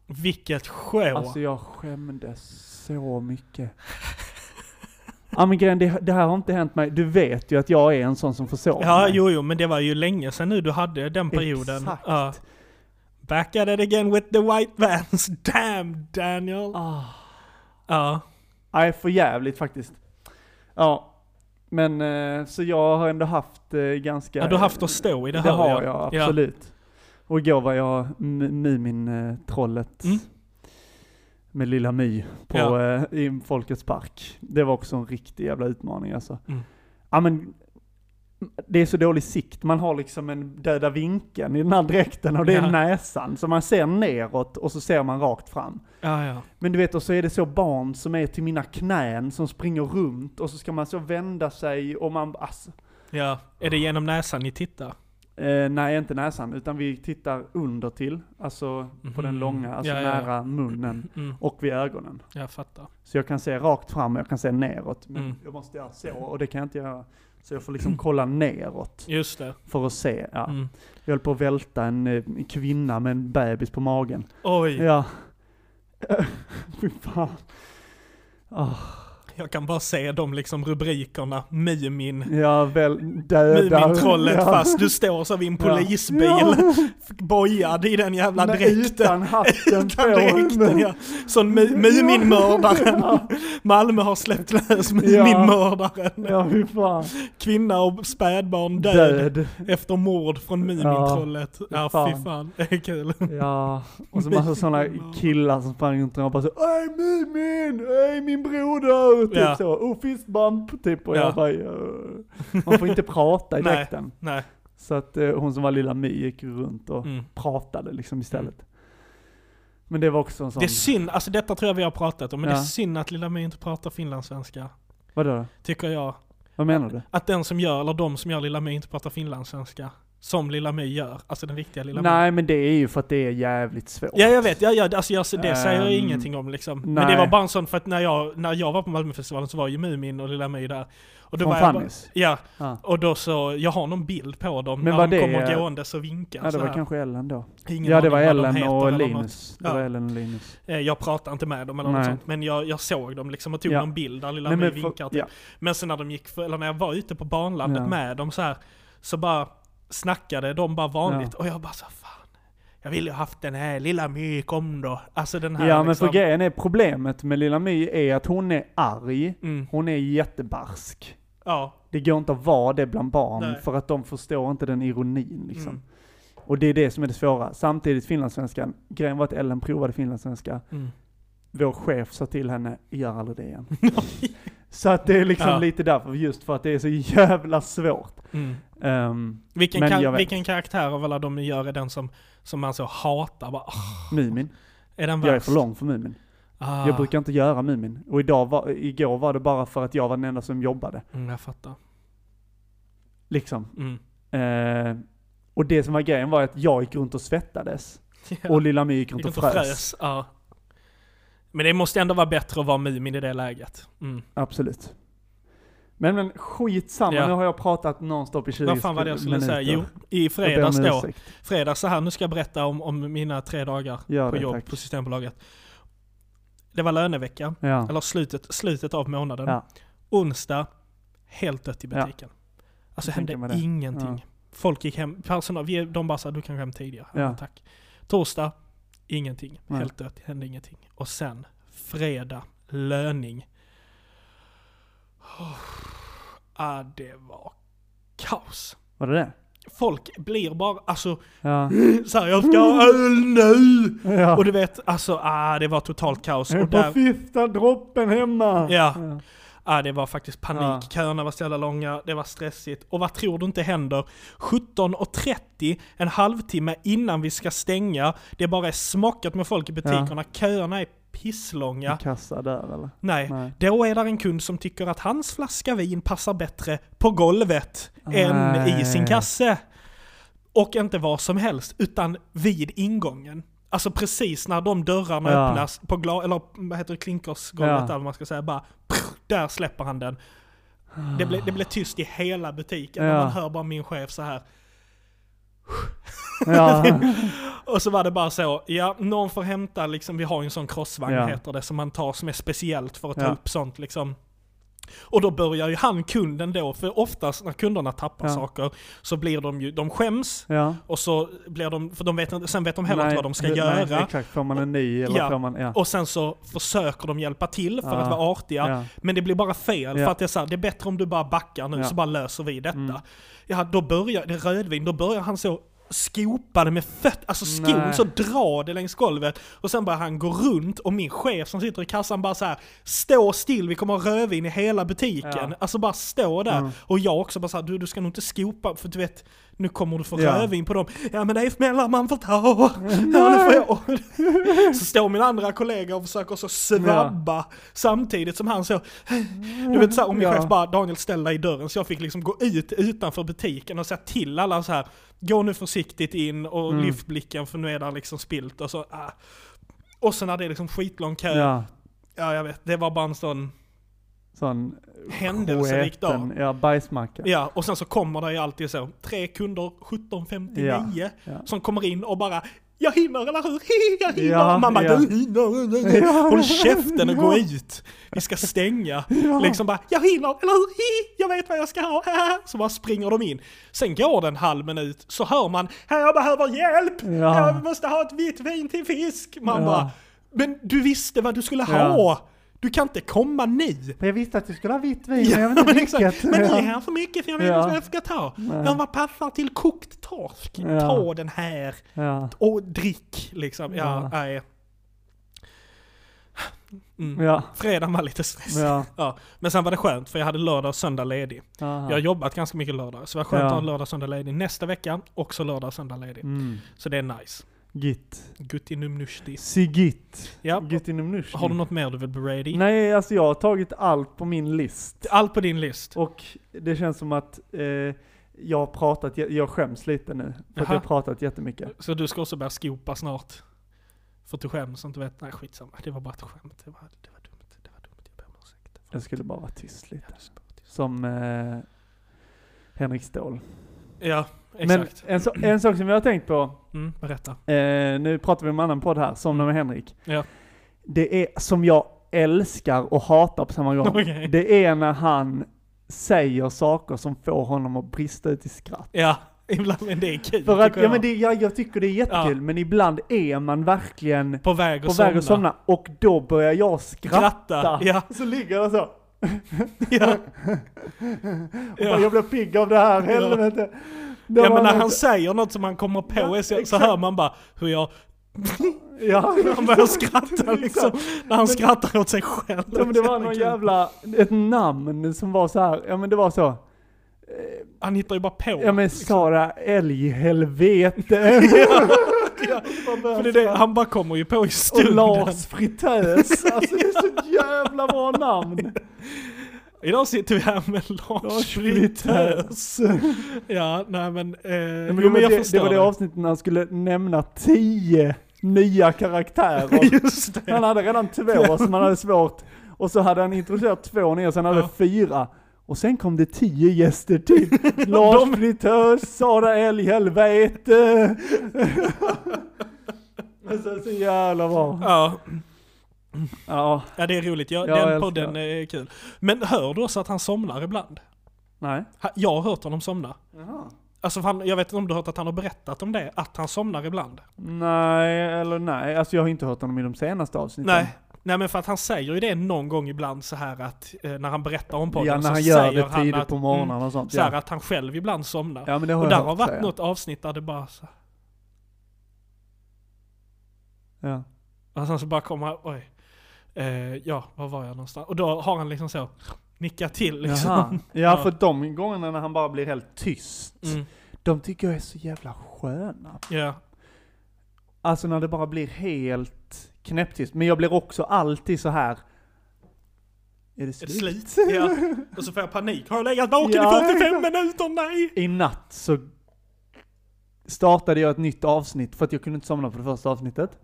Speaker 2: Vilket show.
Speaker 1: Alltså jag skämdes så mycket. Ja men grejen, det, det här har inte hänt mig. Du vet ju att jag är en sån som försover
Speaker 2: Ja,
Speaker 1: mig.
Speaker 2: jo, jo, men det var ju länge sedan nu du hade den perioden.
Speaker 1: Exakt.
Speaker 2: Ja. Back at it again with the white vans. Damn Daniel!
Speaker 1: Ah.
Speaker 2: Ja.
Speaker 1: Nej, för jävligt faktiskt. Ja, men eh, så jag har ändå haft eh, ganska...
Speaker 2: ja, du har haft att stå i det
Speaker 1: Det,
Speaker 2: här.
Speaker 1: har
Speaker 2: ja.
Speaker 1: jag,
Speaker 2: Ja.
Speaker 1: absolut. Och igår var jag M- Mumin-trollet.
Speaker 2: Mm.
Speaker 1: Med lilla My på,
Speaker 2: Ja.
Speaker 1: eh, i Folkets Park. Det var också en riktig jävla utmaning alltså.
Speaker 2: Mm.
Speaker 1: Ja men, det är så dålig sikt. Man har liksom en döda vinkeln i den här dräkten och det är
Speaker 2: Ja.
Speaker 1: näsan. Så man ser neråt och så ser man rakt fram.
Speaker 2: Ja, ja.
Speaker 1: Men du vet, och så är det så barn som är till mina knän som springer runt och så ska man så vända sig och man, ass,
Speaker 2: ja. Är det genom näsan ni tittar?
Speaker 1: eh, nej inte näsan, utan vi tittar under till, alltså på den
Speaker 2: Mhm.
Speaker 1: långa, alltså
Speaker 2: Ja, ja, ja.
Speaker 1: nära munnen
Speaker 2: Mm,
Speaker 1: och vid ögonen.
Speaker 2: jag fattar.
Speaker 1: Så jag kan se rakt fram och jag kan se neråt, men
Speaker 2: Mm.
Speaker 1: jag måste göra så och det kan jag inte göra. Så jag får liksom kolla neråt
Speaker 2: Just det.
Speaker 1: för att se. Ja.
Speaker 2: Mm.
Speaker 1: Jag höll på att välta en eh, kvinna med en bebis på magen.
Speaker 2: Oj,
Speaker 1: Ja. Fy fan. Ah.
Speaker 2: jag kan bara se de liksom rubrikerna. Mumin.
Speaker 1: Ja, väl döda.
Speaker 2: Mumintrollet
Speaker 1: ja.
Speaker 2: fast du står så vid en
Speaker 1: Ja.
Speaker 2: polisbil. Bojad i den jävla
Speaker 1: Nej,
Speaker 2: dräkten.
Speaker 1: Utan hatten
Speaker 2: Utan
Speaker 1: på.
Speaker 2: dräkten ja. Som mu- Muminmördaren. Malmö har släppt lös Muminmördaren.
Speaker 1: Ja, fy fan.
Speaker 2: Kvinna och spädbarn död,
Speaker 1: Död.
Speaker 2: efter mord från Mumintrollet. Ja, fy
Speaker 1: fan.
Speaker 2: fan. Det är kul.
Speaker 1: Ja. Och så massa sådana killar som sprang runt och bara så Öj Mumin! Öj min broder! Typ
Speaker 2: Ja.
Speaker 1: så. Oh fistbump! Typ. Och
Speaker 2: Ja.
Speaker 1: jag bara "Ö." Man får inte prata i
Speaker 2: Nej.
Speaker 1: dräkten.
Speaker 2: Nej.
Speaker 1: Så att eh, hon som var lilla My gick runt och
Speaker 2: Mm.
Speaker 1: pratade liksom istället. Men det var också en sån...
Speaker 2: Det är synd, alltså detta tror jag vi har pratat om, men det är
Speaker 1: Ja. synd
Speaker 2: synd att Lilla My inte pratar finlandssvenska.
Speaker 1: Vadå då?
Speaker 2: Tycker jag.
Speaker 1: Vad menar du?
Speaker 2: Att den som gör, eller de som gör Lilla My inte pratar finlandssvenska. Som Lilla My gör, alltså den riktiga Lilla My.
Speaker 1: Nej men det är ju för att det är jävligt svårt.
Speaker 2: Ja jag vet, ja, ja, alltså jag, det säger jag
Speaker 1: Ehm,
Speaker 2: ingenting om liksom. Men
Speaker 1: nej.
Speaker 2: det var bara en sån, för att när jag, när jag var på Malmöfestivalen så var ju Mumin och Lilla My där. Och då
Speaker 1: Från
Speaker 2: var jag bara,
Speaker 1: Fannys?
Speaker 2: Ja,
Speaker 1: Ja.
Speaker 2: och då så, jag har någon bild på dem
Speaker 1: Men
Speaker 2: när
Speaker 1: var
Speaker 2: de
Speaker 1: det-
Speaker 2: kommer gåendes och vinkar
Speaker 1: Ja det
Speaker 2: så
Speaker 1: var
Speaker 2: här.
Speaker 1: kanske Ellen då.
Speaker 2: Ingen
Speaker 1: ja det var
Speaker 2: aning vad de
Speaker 1: Ellen
Speaker 2: heter
Speaker 1: och
Speaker 2: eller något.
Speaker 1: Linus. Det
Speaker 2: Ja.
Speaker 1: var Ellen och Linus.
Speaker 2: Eh, Jag pratar inte med dem eller
Speaker 1: Nej.
Speaker 2: något sånt, men jag, jag såg dem liksom och tog
Speaker 1: Ja.
Speaker 2: någon bild där lilla
Speaker 1: Nej,
Speaker 2: My
Speaker 1: men för-
Speaker 2: vinkar till.
Speaker 1: ja.
Speaker 2: Men sen när de gick, för, eller när jag var ute på banlandet
Speaker 1: Ja.
Speaker 2: med dem så här, så bara snackade de bara vanligt och jag bara så fan. Jag ville ju haft den här lilla My, kom då. Alltså den här
Speaker 1: Ja men
Speaker 2: liksom.
Speaker 1: för grejen är problemet med Lilla My är att hon är arg.
Speaker 2: Mm,
Speaker 1: Hon är jättebarsk.
Speaker 2: ja,
Speaker 1: Det går inte att vara det bland barn
Speaker 2: Nej.
Speaker 1: för att de förstår inte den ironin liksom.
Speaker 2: Mm.
Speaker 1: Och det är det som är det svåra. Samtidigt finlandssvenskan, grejen var att Ellen provade finlandssvenska.
Speaker 2: Mm.
Speaker 1: Vår chef sa till henne, gör aldrig det igen. så att det är liksom
Speaker 2: Ja.
Speaker 1: lite därför, just för att det är så jävla svårt.
Speaker 2: Mm.
Speaker 1: Um,
Speaker 2: Vilken,
Speaker 1: Men
Speaker 2: kar-
Speaker 1: jag vet.
Speaker 2: vilken karaktär av alla de gör är den som, som man så hatar? Bara, "Åh,
Speaker 1: Mumin.
Speaker 2: är den
Speaker 1: Jag är
Speaker 2: värst?"
Speaker 1: för lång för Mumin.
Speaker 2: Ah.
Speaker 1: Jag brukar inte göra Mumin. Och idag var, igår var det bara för att jag var den enda som jobbade.
Speaker 2: Mm, jag fattar.
Speaker 1: Liksom.
Speaker 2: Mm.
Speaker 1: Eh, och det som var grejen var att jag gick runt och svettades. Och Lilla My gick runt och
Speaker 2: Vilken
Speaker 1: frös.
Speaker 2: frös. Ja. Men det måste ändå vara bättre att vara Mumin i det läget. Mm.
Speaker 1: Absolut. Men men skitsamma,
Speaker 2: Ja.
Speaker 1: nu har jag pratat nonstop i 20
Speaker 2: Vad fan var det jag skulle
Speaker 1: minuter.
Speaker 2: säga? Jo, i
Speaker 1: Jag ber om
Speaker 2: fredags då.
Speaker 1: ursäkt.
Speaker 2: Fredags så här, nu ska jag berätta om, om mina tre dagar
Speaker 1: Gör
Speaker 2: på
Speaker 1: det,
Speaker 2: jobb
Speaker 1: tack.
Speaker 2: på Systembolaget. Det var lönevecka,
Speaker 1: Ja.
Speaker 2: eller slutet, slutet av månaden.
Speaker 1: Ja.
Speaker 2: Onsdag, helt dött i
Speaker 1: Ja.
Speaker 2: butiken. Alltså
Speaker 1: Jag tänker
Speaker 2: hände
Speaker 1: mig det.
Speaker 2: ingenting.
Speaker 1: Ja.
Speaker 2: Folk gick hem, personal, vi, de bara sa du kan gå hem tidigare.
Speaker 1: Ja.
Speaker 2: Ja. Tack. Torsdag, ingenting.
Speaker 1: Nej.
Speaker 2: Helt dött, hände ingenting. Och sen, fredag, löning. Oh, ah, det var kaos.
Speaker 1: Var det det?
Speaker 2: Folk blir bara, alltså
Speaker 1: Ja.
Speaker 2: såhär jag ska ha öl nu!
Speaker 1: Mm. ja.
Speaker 2: Och du vet, alltså ah, det var totalt kaos.
Speaker 1: jag är
Speaker 2: Och
Speaker 1: på
Speaker 2: där,
Speaker 1: fifta droppen hemma!
Speaker 2: Ja. ah, det var faktiskt panik.
Speaker 1: Ja.
Speaker 2: Köerna var så jävla långa, det var stressigt. Och vad tror du inte händer? 17.30, en halvtimme innan vi ska stänga. Det bara är smockat med folk i butikerna. Köerna är pisslånga.
Speaker 1: I Kassa där eller?
Speaker 2: Nej.
Speaker 1: Nej.
Speaker 2: Då är där en kund som tycker att hans flaska vin passar bättre på golvet än
Speaker 1: Nej.
Speaker 2: i sin kasse. Och inte var som helst, utan vid ingången. Alltså precis när de dörrarna
Speaker 1: Ja.
Speaker 2: öppnas på gla- eller vad heter det, klinkersgolvet
Speaker 1: Ja.
Speaker 2: eller vad man ska säga, bara prr, där släpper han den. Det blev, det blev tyst i hela butiken
Speaker 1: Ja.
Speaker 2: och man hör bara min chef så här.
Speaker 1: Ja.
Speaker 2: Och så var det bara så, ja, någon får hämta liksom, vi har ju en sån crossvagn
Speaker 1: Ja.
Speaker 2: heter det, som man tar som är speciellt för att ta
Speaker 1: Ja.
Speaker 2: upp sånt liksom. Och då börjar ju han, kunden då, för oftast när kunderna tappar
Speaker 1: Ja.
Speaker 2: saker så blir de ju, de skäms,
Speaker 1: ja.
Speaker 2: och så blir de, för de vet inte, sen vet de heller
Speaker 1: Nej,
Speaker 2: inte vad de ska
Speaker 1: hur-
Speaker 2: göra.
Speaker 1: Nej, exakt. Får man en ny eller
Speaker 2: Ja.
Speaker 1: får man... Ja.
Speaker 2: Och sen så försöker de hjälpa till för
Speaker 1: Ja.
Speaker 2: att vara artiga.
Speaker 1: Ja.
Speaker 2: Men det blir bara fel.
Speaker 1: Ja.
Speaker 2: För att det är, så här, det är bättre om du bara backar nu
Speaker 1: Ja. Mm.
Speaker 2: så bara löser vi detta. Ja, då börjar det är rödvin, då börjar han så skopa det med fötterna, alltså skon,
Speaker 1: Nej.
Speaker 2: så dra det längs golvet. Och sen börjar han gå runt och min chef som sitter i kassan bara så här stå still, vi kommer ha rödvin i hela butiken.
Speaker 1: Ja. Mm.
Speaker 2: Alltså bara stå där. Och jag också bara så här, du, du ska nog inte skopa, för du vet, nu kommer du få
Speaker 1: Ja.
Speaker 2: rödvin på dem. Ja men det är smällar man får ta. Ja, det får jag. Och- så står min andra kollega och försöker så svabba samtidigt som han så... Du vet såhär, om min
Speaker 1: Ja.
Speaker 2: chef bara “Daniel ställ dig i dörren” så jag fick liksom gå ut utanför butiken och säga till alla så här “Gå nu försiktigt in och lyft blicken för nu är där liksom spilt” och så... Ah. Och sen när det är liksom skitlång kö, ja.
Speaker 1: ja.
Speaker 2: jag vet, det var bara en sån
Speaker 1: Sån...
Speaker 2: händelserik dag.
Speaker 1: sketen. Ja, bajsmacka.
Speaker 2: Ja, och sen så kommer det ju alltid så, tre kunder 17.59
Speaker 1: Ja, ja.
Speaker 2: som kommer in och bara “Jag hinner, eller hur? Jag hinner!”
Speaker 1: Ja,
Speaker 2: och Man bara
Speaker 1: ja.
Speaker 2: “Du hinner!”
Speaker 1: Ja.
Speaker 2: Håll käften och gå ut! Vi ska stänga. Liksom bara “Jag hinner, eller hur? Hi, Jag vet vad jag ska ha!” Så bara springer de in. Sen går det en halv minut, så hör man "Här, “Jag behöver hjälp!
Speaker 1: Ja.
Speaker 2: Jag måste ha ett vitt vin till fisk!” Man
Speaker 1: Ja.
Speaker 2: bara “Men du visste vad du skulle
Speaker 1: Ja.
Speaker 2: ha! Du kan inte komma nu!”
Speaker 1: Men jag visste att du skulle ha vitt vin, men jag vet
Speaker 2: Ja,
Speaker 1: inte
Speaker 2: men, exakt.
Speaker 1: vilket.
Speaker 2: men ni
Speaker 1: Ja.
Speaker 2: är här för mycket för jag vet inte
Speaker 1: Ja.
Speaker 2: vad jag ska ta. Men vad passar till kokt torsk?
Speaker 1: Ja.
Speaker 2: Ta den här
Speaker 1: Ja.
Speaker 2: och drick liksom. Ja,
Speaker 1: Ja.
Speaker 2: nej. Mm.
Speaker 1: Ja.
Speaker 2: Fredagen var lite stressig. Ja.
Speaker 1: Ja.
Speaker 2: Men sen var det skönt för jag hade lördag och söndag ledig.
Speaker 1: Aha.
Speaker 2: Jag har jobbat ganska mycket lördag, så det var skönt
Speaker 1: Ja.
Speaker 2: att ha lördag och söndag ledig. Nästa vecka också lördag och söndag ledig.
Speaker 1: Mm.
Speaker 2: Så det är nice.
Speaker 1: Git.
Speaker 2: Gutti numnushti.
Speaker 1: Sigit.
Speaker 2: Ja.
Speaker 1: Git inom nusch.
Speaker 2: Har du något mer du vill bereda? i?
Speaker 1: Mm. Nej, alltså jag har tagit allt på min list.
Speaker 2: Allt på din list?
Speaker 1: Och det känns som att eh, jag har pratat, jag, jag skäms lite nu. För att
Speaker 2: Jaha.
Speaker 1: jag har pratat jättemycket.
Speaker 2: Så du ska också börja skopa snart? För att du skäms och inte vet? Nej skitsamma, det var bara ett skämt. Det var, det var dumt, det var dumt. Jag ber om ursäkt.
Speaker 1: Jag skulle bara vara tyst lite.
Speaker 2: Ja, du spår till.
Speaker 1: Som eh, Henrik Ståhl.
Speaker 2: Ja, exakt.
Speaker 1: Men en, så, en sak som jag har tänkt på,
Speaker 2: Mm, berätta.
Speaker 1: eh, nu pratar vi om en annan podd här, Somna med Henrik.
Speaker 2: Mm. Ja.
Speaker 1: Det är som jag älskar och hatar på samma gång.
Speaker 2: Okej.
Speaker 1: Det är när han säger saker som får honom att brista ut i skratt.
Speaker 2: Ja, ibland, men det är kul
Speaker 1: För att,
Speaker 2: tycker
Speaker 1: ja,
Speaker 2: jag.
Speaker 1: men det, ja, jag tycker det är jättekul, men ibland är man verkligen
Speaker 2: På väg att
Speaker 1: på
Speaker 2: somna.
Speaker 1: väg att somna och då börjar jag skratta.
Speaker 2: Skratta. Ja,
Speaker 1: Så ligger jag så.
Speaker 2: ja.
Speaker 1: Och bara, Jag blir pigg av det här,
Speaker 2: Ja.
Speaker 1: helvete. Det
Speaker 2: ja,
Speaker 1: var
Speaker 2: men när
Speaker 1: lite-
Speaker 2: han säger något som han kommer på är så, så
Speaker 1: exakt.
Speaker 2: hör man bara hur jag...
Speaker 1: Ja,
Speaker 2: Han börjar skratta liksom. När han skrattar åt sig själv.
Speaker 1: Ja, men det var någon jävla, ett namn som var så här, ja men det var så.
Speaker 2: Han hittar ju bara på. Liksom.
Speaker 1: Ja men Sara Älghelvete
Speaker 2: För det är det, han bara kommer ju på i
Speaker 1: och
Speaker 2: stunden.
Speaker 1: Lars Fritös. Alltså det är så jävla bra namn.
Speaker 2: Idag sitter vi här med Lars Fritös. Ja, nej men... Eh,
Speaker 1: Nej,
Speaker 2: jo,
Speaker 1: men det,
Speaker 2: men
Speaker 1: var
Speaker 2: jag
Speaker 1: det,
Speaker 2: förstår
Speaker 1: det var det avsnittet när han skulle nämna tio nya karaktärer.
Speaker 2: Just det.
Speaker 1: Han hade redan två som han hade svårt. Och så hade han introducerat två nya, sen hade
Speaker 2: Ja.
Speaker 1: fyra. Och sen kom det tio gäster till. Lars Fritös, Sara Älghelvete. Alltså så jävla bra.
Speaker 2: Ja,
Speaker 1: Ja,
Speaker 2: ja, det är roligt.
Speaker 1: Ja,
Speaker 2: Jag,
Speaker 1: jag
Speaker 2: den
Speaker 1: älskar
Speaker 2: podden är kul. Men hör du också att han somnar ibland?
Speaker 1: nej.
Speaker 2: Ha- Jag har hört honom somna. Alltså för han, jag vet inte om du har hört att han har berättat om det, att han somnar ibland.
Speaker 1: Nej, eller nej. Alltså jag har inte hört honom i de senaste avsnitten.
Speaker 2: Nej. Nej men för att han säger ju det någon gång ibland så här att eh, när han berättar om podden
Speaker 1: Ja, när
Speaker 2: så
Speaker 1: han gör
Speaker 2: säger
Speaker 1: det tidigt
Speaker 2: han att,
Speaker 1: på morgonen
Speaker 2: mm,
Speaker 1: och sånt.
Speaker 2: så här
Speaker 1: Ja.
Speaker 2: att han själv ibland somnar.
Speaker 1: ja, men det har
Speaker 2: och
Speaker 1: jag
Speaker 2: där
Speaker 1: hört.
Speaker 2: har varit
Speaker 1: säger
Speaker 2: något avsnitt där det bara så
Speaker 1: han. Ja.
Speaker 2: Och sen alltså, så bara kommer han, oj. Eh, ja, var var jag någonstans? Och då har han liksom så, nickat till liksom.
Speaker 1: Jaha. Ja,
Speaker 2: Ja.
Speaker 1: för de gångerna när han bara blir helt tyst.
Speaker 2: Mm,
Speaker 1: De tycker jag är så jävla sköna.
Speaker 2: ja.
Speaker 1: Alltså när det bara blir helt knäpptyst. Men jag blir också alltid så här. Är det
Speaker 2: Är
Speaker 1: slut?
Speaker 2: det slut? Ja. Och så får jag panik. Har jag legat vaken
Speaker 1: Ja,
Speaker 2: i 45 minuter? Nej!
Speaker 1: I natt så startade jag ett nytt avsnitt för att jag kunde inte somna på det första avsnittet.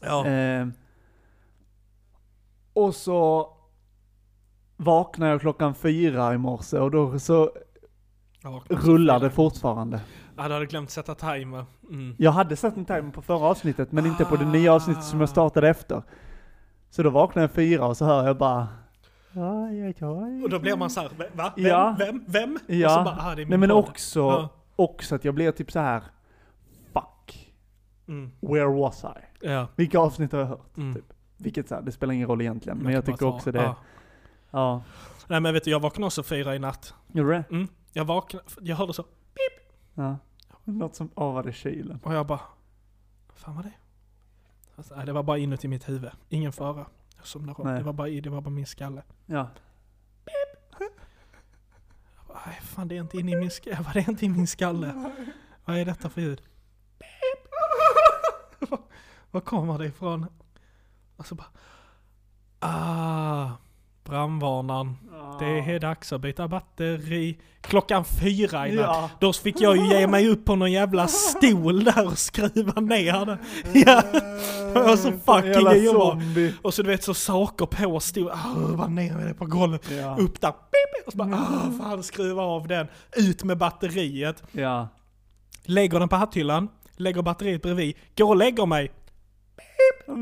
Speaker 2: Ja.
Speaker 1: Ehm, och så vaknade jag klockan fyra i morse och då så
Speaker 2: Ja,
Speaker 1: rullar det fortfarande.
Speaker 2: Jag hade glömt sätta timer. Mm.
Speaker 1: Jag hade satt en timer på förra avsnittet men inte på det nya avsnittet som jag startade efter. Så då vaknade jag fyra och så hör jag bara... Aj, aj, aj.
Speaker 2: Och då blir man så här, "Va? va?
Speaker 1: Mm.
Speaker 2: Vem?
Speaker 1: Ja.
Speaker 2: Vem? Vem? Och så
Speaker 1: Ja.
Speaker 2: bara, ah, det är min
Speaker 1: Nej men
Speaker 2: podd."
Speaker 1: också,
Speaker 2: Ja.
Speaker 1: också att jag blir typ så här. Fuck.
Speaker 2: Mm.
Speaker 1: Where was I?
Speaker 2: Ja.
Speaker 1: Vilka avsnitt har jag hört?
Speaker 2: Mm.
Speaker 1: Typ. Vilket så här, det spelar ingen roll egentligen. Men
Speaker 2: Man
Speaker 1: jag
Speaker 2: kan
Speaker 1: tycker
Speaker 2: bara
Speaker 1: också
Speaker 2: ta-
Speaker 1: det.
Speaker 2: ja.
Speaker 1: Ja.
Speaker 2: Nej men vet du, jag vaknade också fyra i natt.
Speaker 1: Gjorde det?
Speaker 2: Mm. Jag vaknade, jag hörde så,
Speaker 1: Ja. Något som avade kylen.
Speaker 2: och jag bara, vad fan var det? Alltså, nej, det var bara inuti mitt huvud. Ingen fara. Jag somnade om.
Speaker 1: Nej.
Speaker 2: Det var bara, i- det var bara min skalle.
Speaker 1: Ja.
Speaker 2: Nej, fan det är inte inne i min skalle. Vad är inte i min skalle? Vad är detta för ljud? Pip. Vad- Vad kommer det ifrån? Och så bara... Ah, brandvarnaren. Det är dags att byta batteri. Klockan fyra i natt.
Speaker 1: Ja.
Speaker 2: Då fick jag ju ge mig upp på någon jävla stol där och skruva ner den. Ja. Jag var så fucking
Speaker 1: Jävla
Speaker 2: jag bara-
Speaker 1: zombie.
Speaker 2: Och så du vet så saker på stod, ah, bara ner med det på golvet.
Speaker 1: Ja.
Speaker 2: Upp där, pip, och så bara, ah, fan skruva av den. Ut med batteriet.
Speaker 1: Ja.
Speaker 2: Lägger den på hatthyllan, lägger batteriet bredvid, går och lägger mig.
Speaker 1: Va?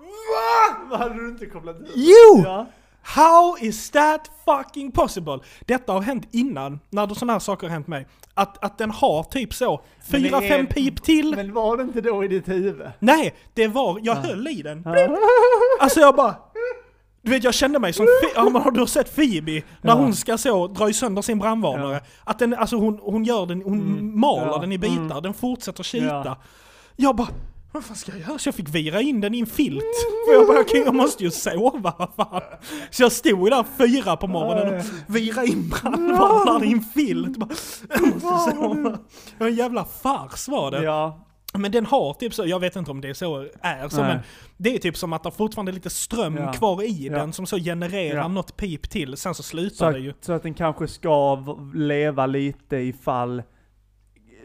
Speaker 1: Va? Vad hade du inte kopplat ut?
Speaker 2: Jo!
Speaker 1: Ja.
Speaker 2: How is that fucking possible? Detta har hänt innan, när sådana här saker har hänt mig. Att, att den har typ så,
Speaker 1: Men det
Speaker 2: fyra,
Speaker 1: är-
Speaker 2: fem pip till.
Speaker 1: Men var det inte då i ditt huvud?
Speaker 2: Nej, det var, jag höll i den. Alltså jag bara... Du vet jag kände mig som, Phe- ja, men har du sett Phoebe? När
Speaker 1: Ja.
Speaker 2: hon ska så, dra sönder sin brandvarnare. Att den, alltså hon, hon gör den, hon maler
Speaker 1: Mm. Ja. Mm.
Speaker 2: den i bitar, den fortsätter kita.
Speaker 1: Ja.
Speaker 2: Jag bara, vad fan ska jag göra? Så jag fick vira in den i en filt. För jag bara, okej jag måste ju sova, vad fan. Så jag stod ju där fyra på morgonen och virade in brandvarnaren i en filt. Bara, jag måste sova. Det var en jävla fars var det.
Speaker 1: Ja.
Speaker 2: Men den har typ så, jag vet inte om det är så är så,
Speaker 1: Nej.
Speaker 2: men det är typ som att det fortfarande är lite ström
Speaker 1: Ja.
Speaker 2: kvar i
Speaker 1: Ja.
Speaker 2: den som så genererar
Speaker 1: Ja.
Speaker 2: något pip till, sen så slutar
Speaker 1: Så,
Speaker 2: det ju.
Speaker 1: att, så att den kanske ska v- leva lite ifall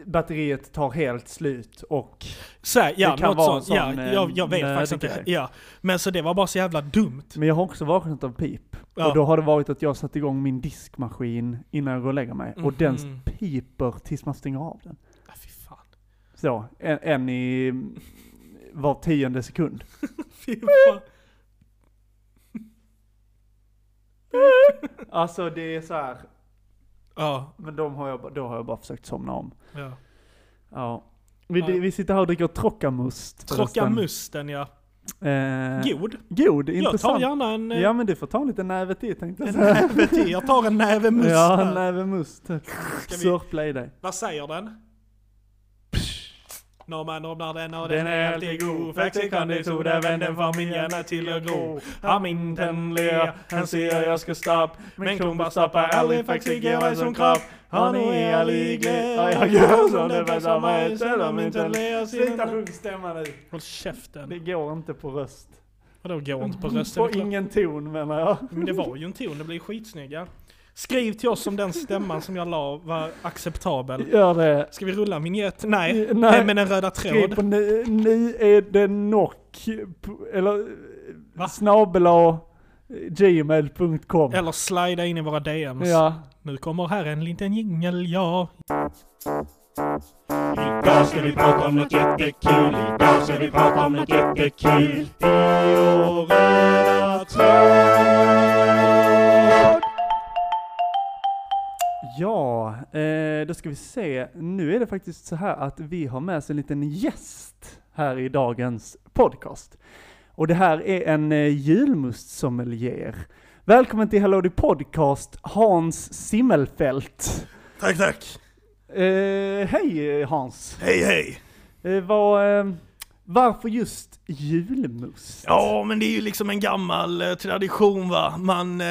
Speaker 1: batteriet tar helt slut och...
Speaker 2: Så här, ja,
Speaker 1: det kan
Speaker 2: något
Speaker 1: vara
Speaker 2: sånt.
Speaker 1: en
Speaker 2: ja,
Speaker 1: sån, eh,
Speaker 2: jag, jag vet
Speaker 1: nödgrej.
Speaker 2: faktiskt inte. Ja. Men så det var bara så jävla dumt.
Speaker 1: Men jag har också vaknat av pip.
Speaker 2: Ja.
Speaker 1: Och då har det varit att jag satt igång min diskmaskin innan jag går och lägger mig. Och den
Speaker 2: Mhm.
Speaker 1: piper tills man stänger av den.
Speaker 2: Ja, fy fan.
Speaker 1: Så, en, en i var tionde sekund.
Speaker 2: Fy fan.
Speaker 1: Alltså det är så här.
Speaker 2: Ja,
Speaker 1: men de har jag, ba- då har jag bara försökt somna om.
Speaker 2: ja.
Speaker 1: Ja. Vi,
Speaker 2: Ja.
Speaker 1: vi sitter här och dricker Trockamust. förresten.
Speaker 2: Trocka musten ja.
Speaker 1: Eh,
Speaker 2: God.
Speaker 1: God,
Speaker 2: Jag tar
Speaker 1: intressant.
Speaker 2: gärna en, eh,
Speaker 1: Ja men du får ta en liten näve till tänkte jag
Speaker 2: en
Speaker 1: säga.
Speaker 2: näve till. Jag tar en näve must.
Speaker 1: Ja, en
Speaker 2: här.
Speaker 1: näve must.
Speaker 2: Ska vi-
Speaker 1: Sörpla i dig.
Speaker 2: Vad säger den? Norrman ordnar den och
Speaker 1: Den
Speaker 2: den
Speaker 1: är
Speaker 2: är alltid god. Faktiskt kan det så där vänd den från min hjärna till att gro. Han min den ler, han säger jag ska stapp. Men klumbar stappar aldrig, faktiskt går jag som kropp. Han är ärlig
Speaker 1: Ja, jag gör som det bästa mig, ställer om inte en
Speaker 2: ler.
Speaker 1: Sluta sjungstämma nu.
Speaker 2: Håll
Speaker 1: Det
Speaker 2: käften.
Speaker 1: går inte på röst.
Speaker 2: Vadå går inte på rösten?
Speaker 1: På ingen ton menar jag.
Speaker 2: Men det var ju en ton, det blir skitsnygga. Skriv till oss om den stämman som jag la var acceptabel.
Speaker 1: Gör det.
Speaker 2: Ska vi rulla en vignett? Nej.
Speaker 1: Nej.
Speaker 2: Nej, men den röda
Speaker 1: Skriv på
Speaker 2: tråd.
Speaker 1: nu, nu är det nock. p- Eller
Speaker 2: Va?
Speaker 1: snabel gmail.com.
Speaker 2: Eller slida in i våra DMs.
Speaker 1: Ja.
Speaker 2: Nu kommer här en liten jingel, ja.
Speaker 3: Idag ska vi prata om något jättekul. Idag ska vi prata om något jättekul. Tio röda tråd.
Speaker 1: Ja, eh, då ska vi se. Nu är det faktiskt så här att vi har med oss en liten gäst här i dagens podcast. Och det här är en eh, julmustsommelier. Välkommen till Hello the Podcast, Hans Simmelfelt.
Speaker 2: Tack, tack.
Speaker 1: Eh, hej eh, Hans!
Speaker 2: Hej, hej.
Speaker 1: Eh, vad, eh, varför just julmust?
Speaker 2: Ja, men det är ju liksom en gammal eh, tradition va. Man, eh,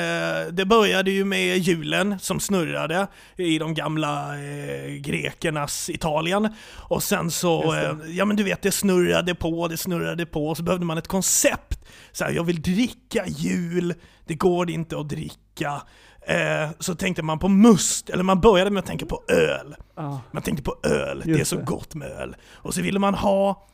Speaker 2: det började ju med julen som snurrade i de gamla eh, grekernas Italien. Och sen så, eh, ja men du vet, det snurrade på, det snurrade på, och så behövde man ett koncept. Så här, jag vill dricka jul, det går inte att dricka. Eh, så tänkte man på must, eller man började med att tänka på öl.
Speaker 1: Ah,
Speaker 2: Man tänkte på öl, det är
Speaker 1: Just
Speaker 2: så
Speaker 1: det.
Speaker 2: gott med öl. Och så ville man ha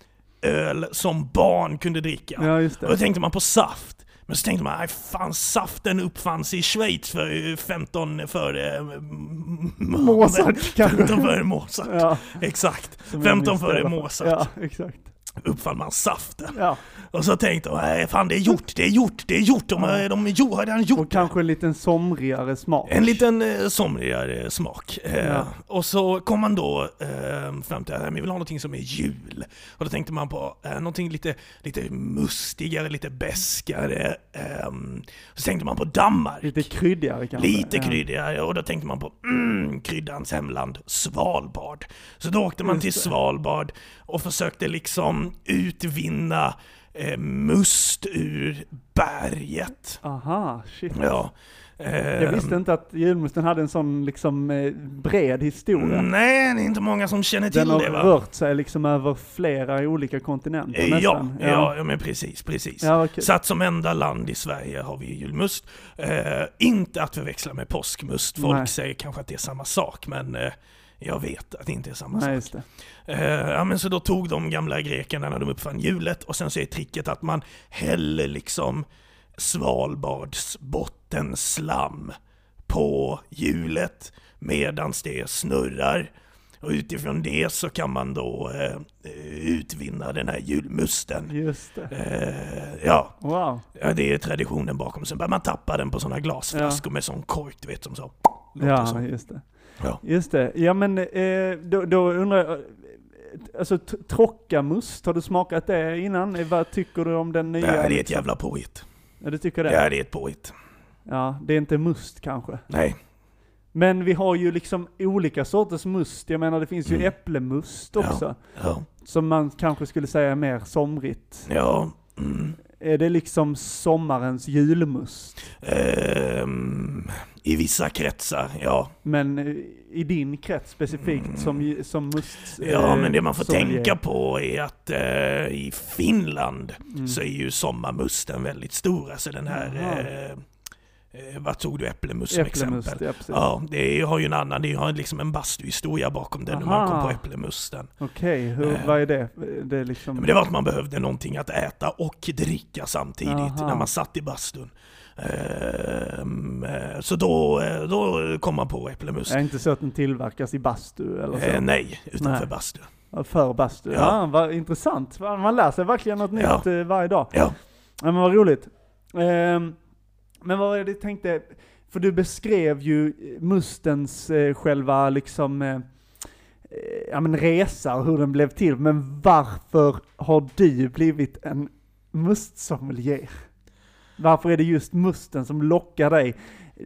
Speaker 2: öl som barn kunde dricka.
Speaker 1: ja, just
Speaker 2: och då
Speaker 1: det.
Speaker 2: tänkte man på saft. Men så tänkte man, nej fan saften uppfanns i Schweiz för eh, 15 före... eh, m-
Speaker 1: Mozart kanske?
Speaker 2: 15 före Mozart.
Speaker 1: Ja,
Speaker 2: Exakt.
Speaker 1: som jag
Speaker 2: 15
Speaker 1: minns det i
Speaker 2: före
Speaker 1: alla fall.
Speaker 2: Mozart
Speaker 1: Ja, exakt.
Speaker 2: uppfann man saften.
Speaker 1: Ja.
Speaker 2: Och så tänkte man, nej fan det är gjort, det är gjort, det är gjort. De, har- de, de har redan gjort
Speaker 1: Och kanske en liten somrigare smak.
Speaker 2: En liten eh, somrigare smak. Eh,
Speaker 1: Ja.
Speaker 2: Och så kom man då eh, fram till att "Nej, men vi vill ha någonting som är jul. Och då tänkte man på eh, någonting lite, lite mustigare, lite beskare. Eh, så tänkte man på Danmark.
Speaker 1: Lite kryddigare kanske?
Speaker 2: Lite
Speaker 1: Ja.
Speaker 2: kryddigare och då tänkte man på mm, kryddans hemland Svalbard. Så då åkte man till Svalbard och försökte liksom utvinna eh, must ur berget.
Speaker 1: Aha, shit.
Speaker 2: Ja. Eh,
Speaker 1: Jag visste inte att julmusten hade en sån liksom eh, bred historia.
Speaker 2: Mm, Nej, det är inte många som känner till
Speaker 1: Den har
Speaker 2: det va?
Speaker 1: rört sig liksom över flera olika kontinenter
Speaker 2: Eh, Ja,
Speaker 1: nästan.
Speaker 2: ja, ja, men precis, precis.
Speaker 1: Ja, vad kul.
Speaker 2: Så att som enda land i Sverige har vi julmust. Eh, inte att förväxla med påskmust. Folk
Speaker 1: Nej.
Speaker 2: säger kanske att det är samma sak, men eh, jag vet att det inte är samma
Speaker 1: Nej,
Speaker 2: sak.
Speaker 1: just det.
Speaker 2: Eh, ja, men så då tog de gamla grekerna när de uppfann hjulet och sen så är tricket att man häller liksom Svalbards bottenslam på hjulet medans det snurrar. Och utifrån det så kan man då eh, utvinna den här julmusten.
Speaker 1: Just det.
Speaker 2: Eh, ja,
Speaker 1: Wow.
Speaker 2: ja, det är traditionen bakom. Sen börjar man tappa den på sådana glasflaskor med sån kork, du vet som så. låter
Speaker 1: Ja,
Speaker 2: som.
Speaker 1: just det.
Speaker 2: Ja.
Speaker 1: Just det. Ja, men eh, då, då undrar jag, eh, alltså t- trockamust, har du smakat det innan? Eh, Vad tycker du om den
Speaker 2: Det
Speaker 1: nya?
Speaker 2: här är ett jävla påhitt.
Speaker 1: Ja, du tycker
Speaker 2: Det
Speaker 1: det?
Speaker 2: här är ett påhitt.
Speaker 1: Ja, det är inte must kanske.
Speaker 2: Nej.
Speaker 1: Men vi har ju liksom olika sorters must. Jag menar, det finns ju
Speaker 2: Mm.
Speaker 1: äpplemust
Speaker 2: Ja.
Speaker 1: också.
Speaker 2: Ja.
Speaker 1: Som man kanske skulle säga är mer somrigt.
Speaker 2: Ja. Mm.
Speaker 1: Är det liksom sommarens julmust?
Speaker 2: Ehm, I vissa kretsar, ja.
Speaker 1: Men eh, i din krets specifikt som, ju- som must...
Speaker 2: Mm. Ja,
Speaker 1: eh,
Speaker 2: men det man får
Speaker 1: sommelier.
Speaker 2: tänka på är att eh, i Finland
Speaker 1: Mm.
Speaker 2: så är ju sommarmusten väldigt stor. Alltså den här,
Speaker 1: Jaha.
Speaker 2: eh, eh, vad tog du, äpplemust som
Speaker 1: Äpplemust,
Speaker 2: exempel?
Speaker 1: ja precis.
Speaker 2: Ja, det är, ju- har ju en annan, det har liksom en bastuhistoria bakom den hur man kom
Speaker 1: Aha.
Speaker 2: på äpplemusten.
Speaker 1: Okej, hur-
Speaker 2: Eh.
Speaker 1: vad är det? Det är liksom...
Speaker 2: Men det var att man behövde någonting att äta och dricka samtidigt
Speaker 1: Aha.
Speaker 2: när man satt i bastun. Ehm, eh, så då, eh, då kom man på äpplemust.
Speaker 1: Är det inte så att den tillverkas i bastu eller så?
Speaker 2: Eh, nej, utanför
Speaker 1: Nej.
Speaker 2: bastu.
Speaker 1: För bastu?
Speaker 2: Ja.
Speaker 1: Ja, vad intressant. Man man lär sig verkligen något
Speaker 2: Ja.
Speaker 1: nytt eh, varje dag.
Speaker 2: Ja.
Speaker 1: Ja, men vad roligt. Ehm, men vad är det du tänkte? För du beskrev ju eh, mustens eh, själva liksom, eh, eh, ja men resa och hur den blev till. Men varför har du blivit en mustsommelier. Varför är det just musten som lockar dig?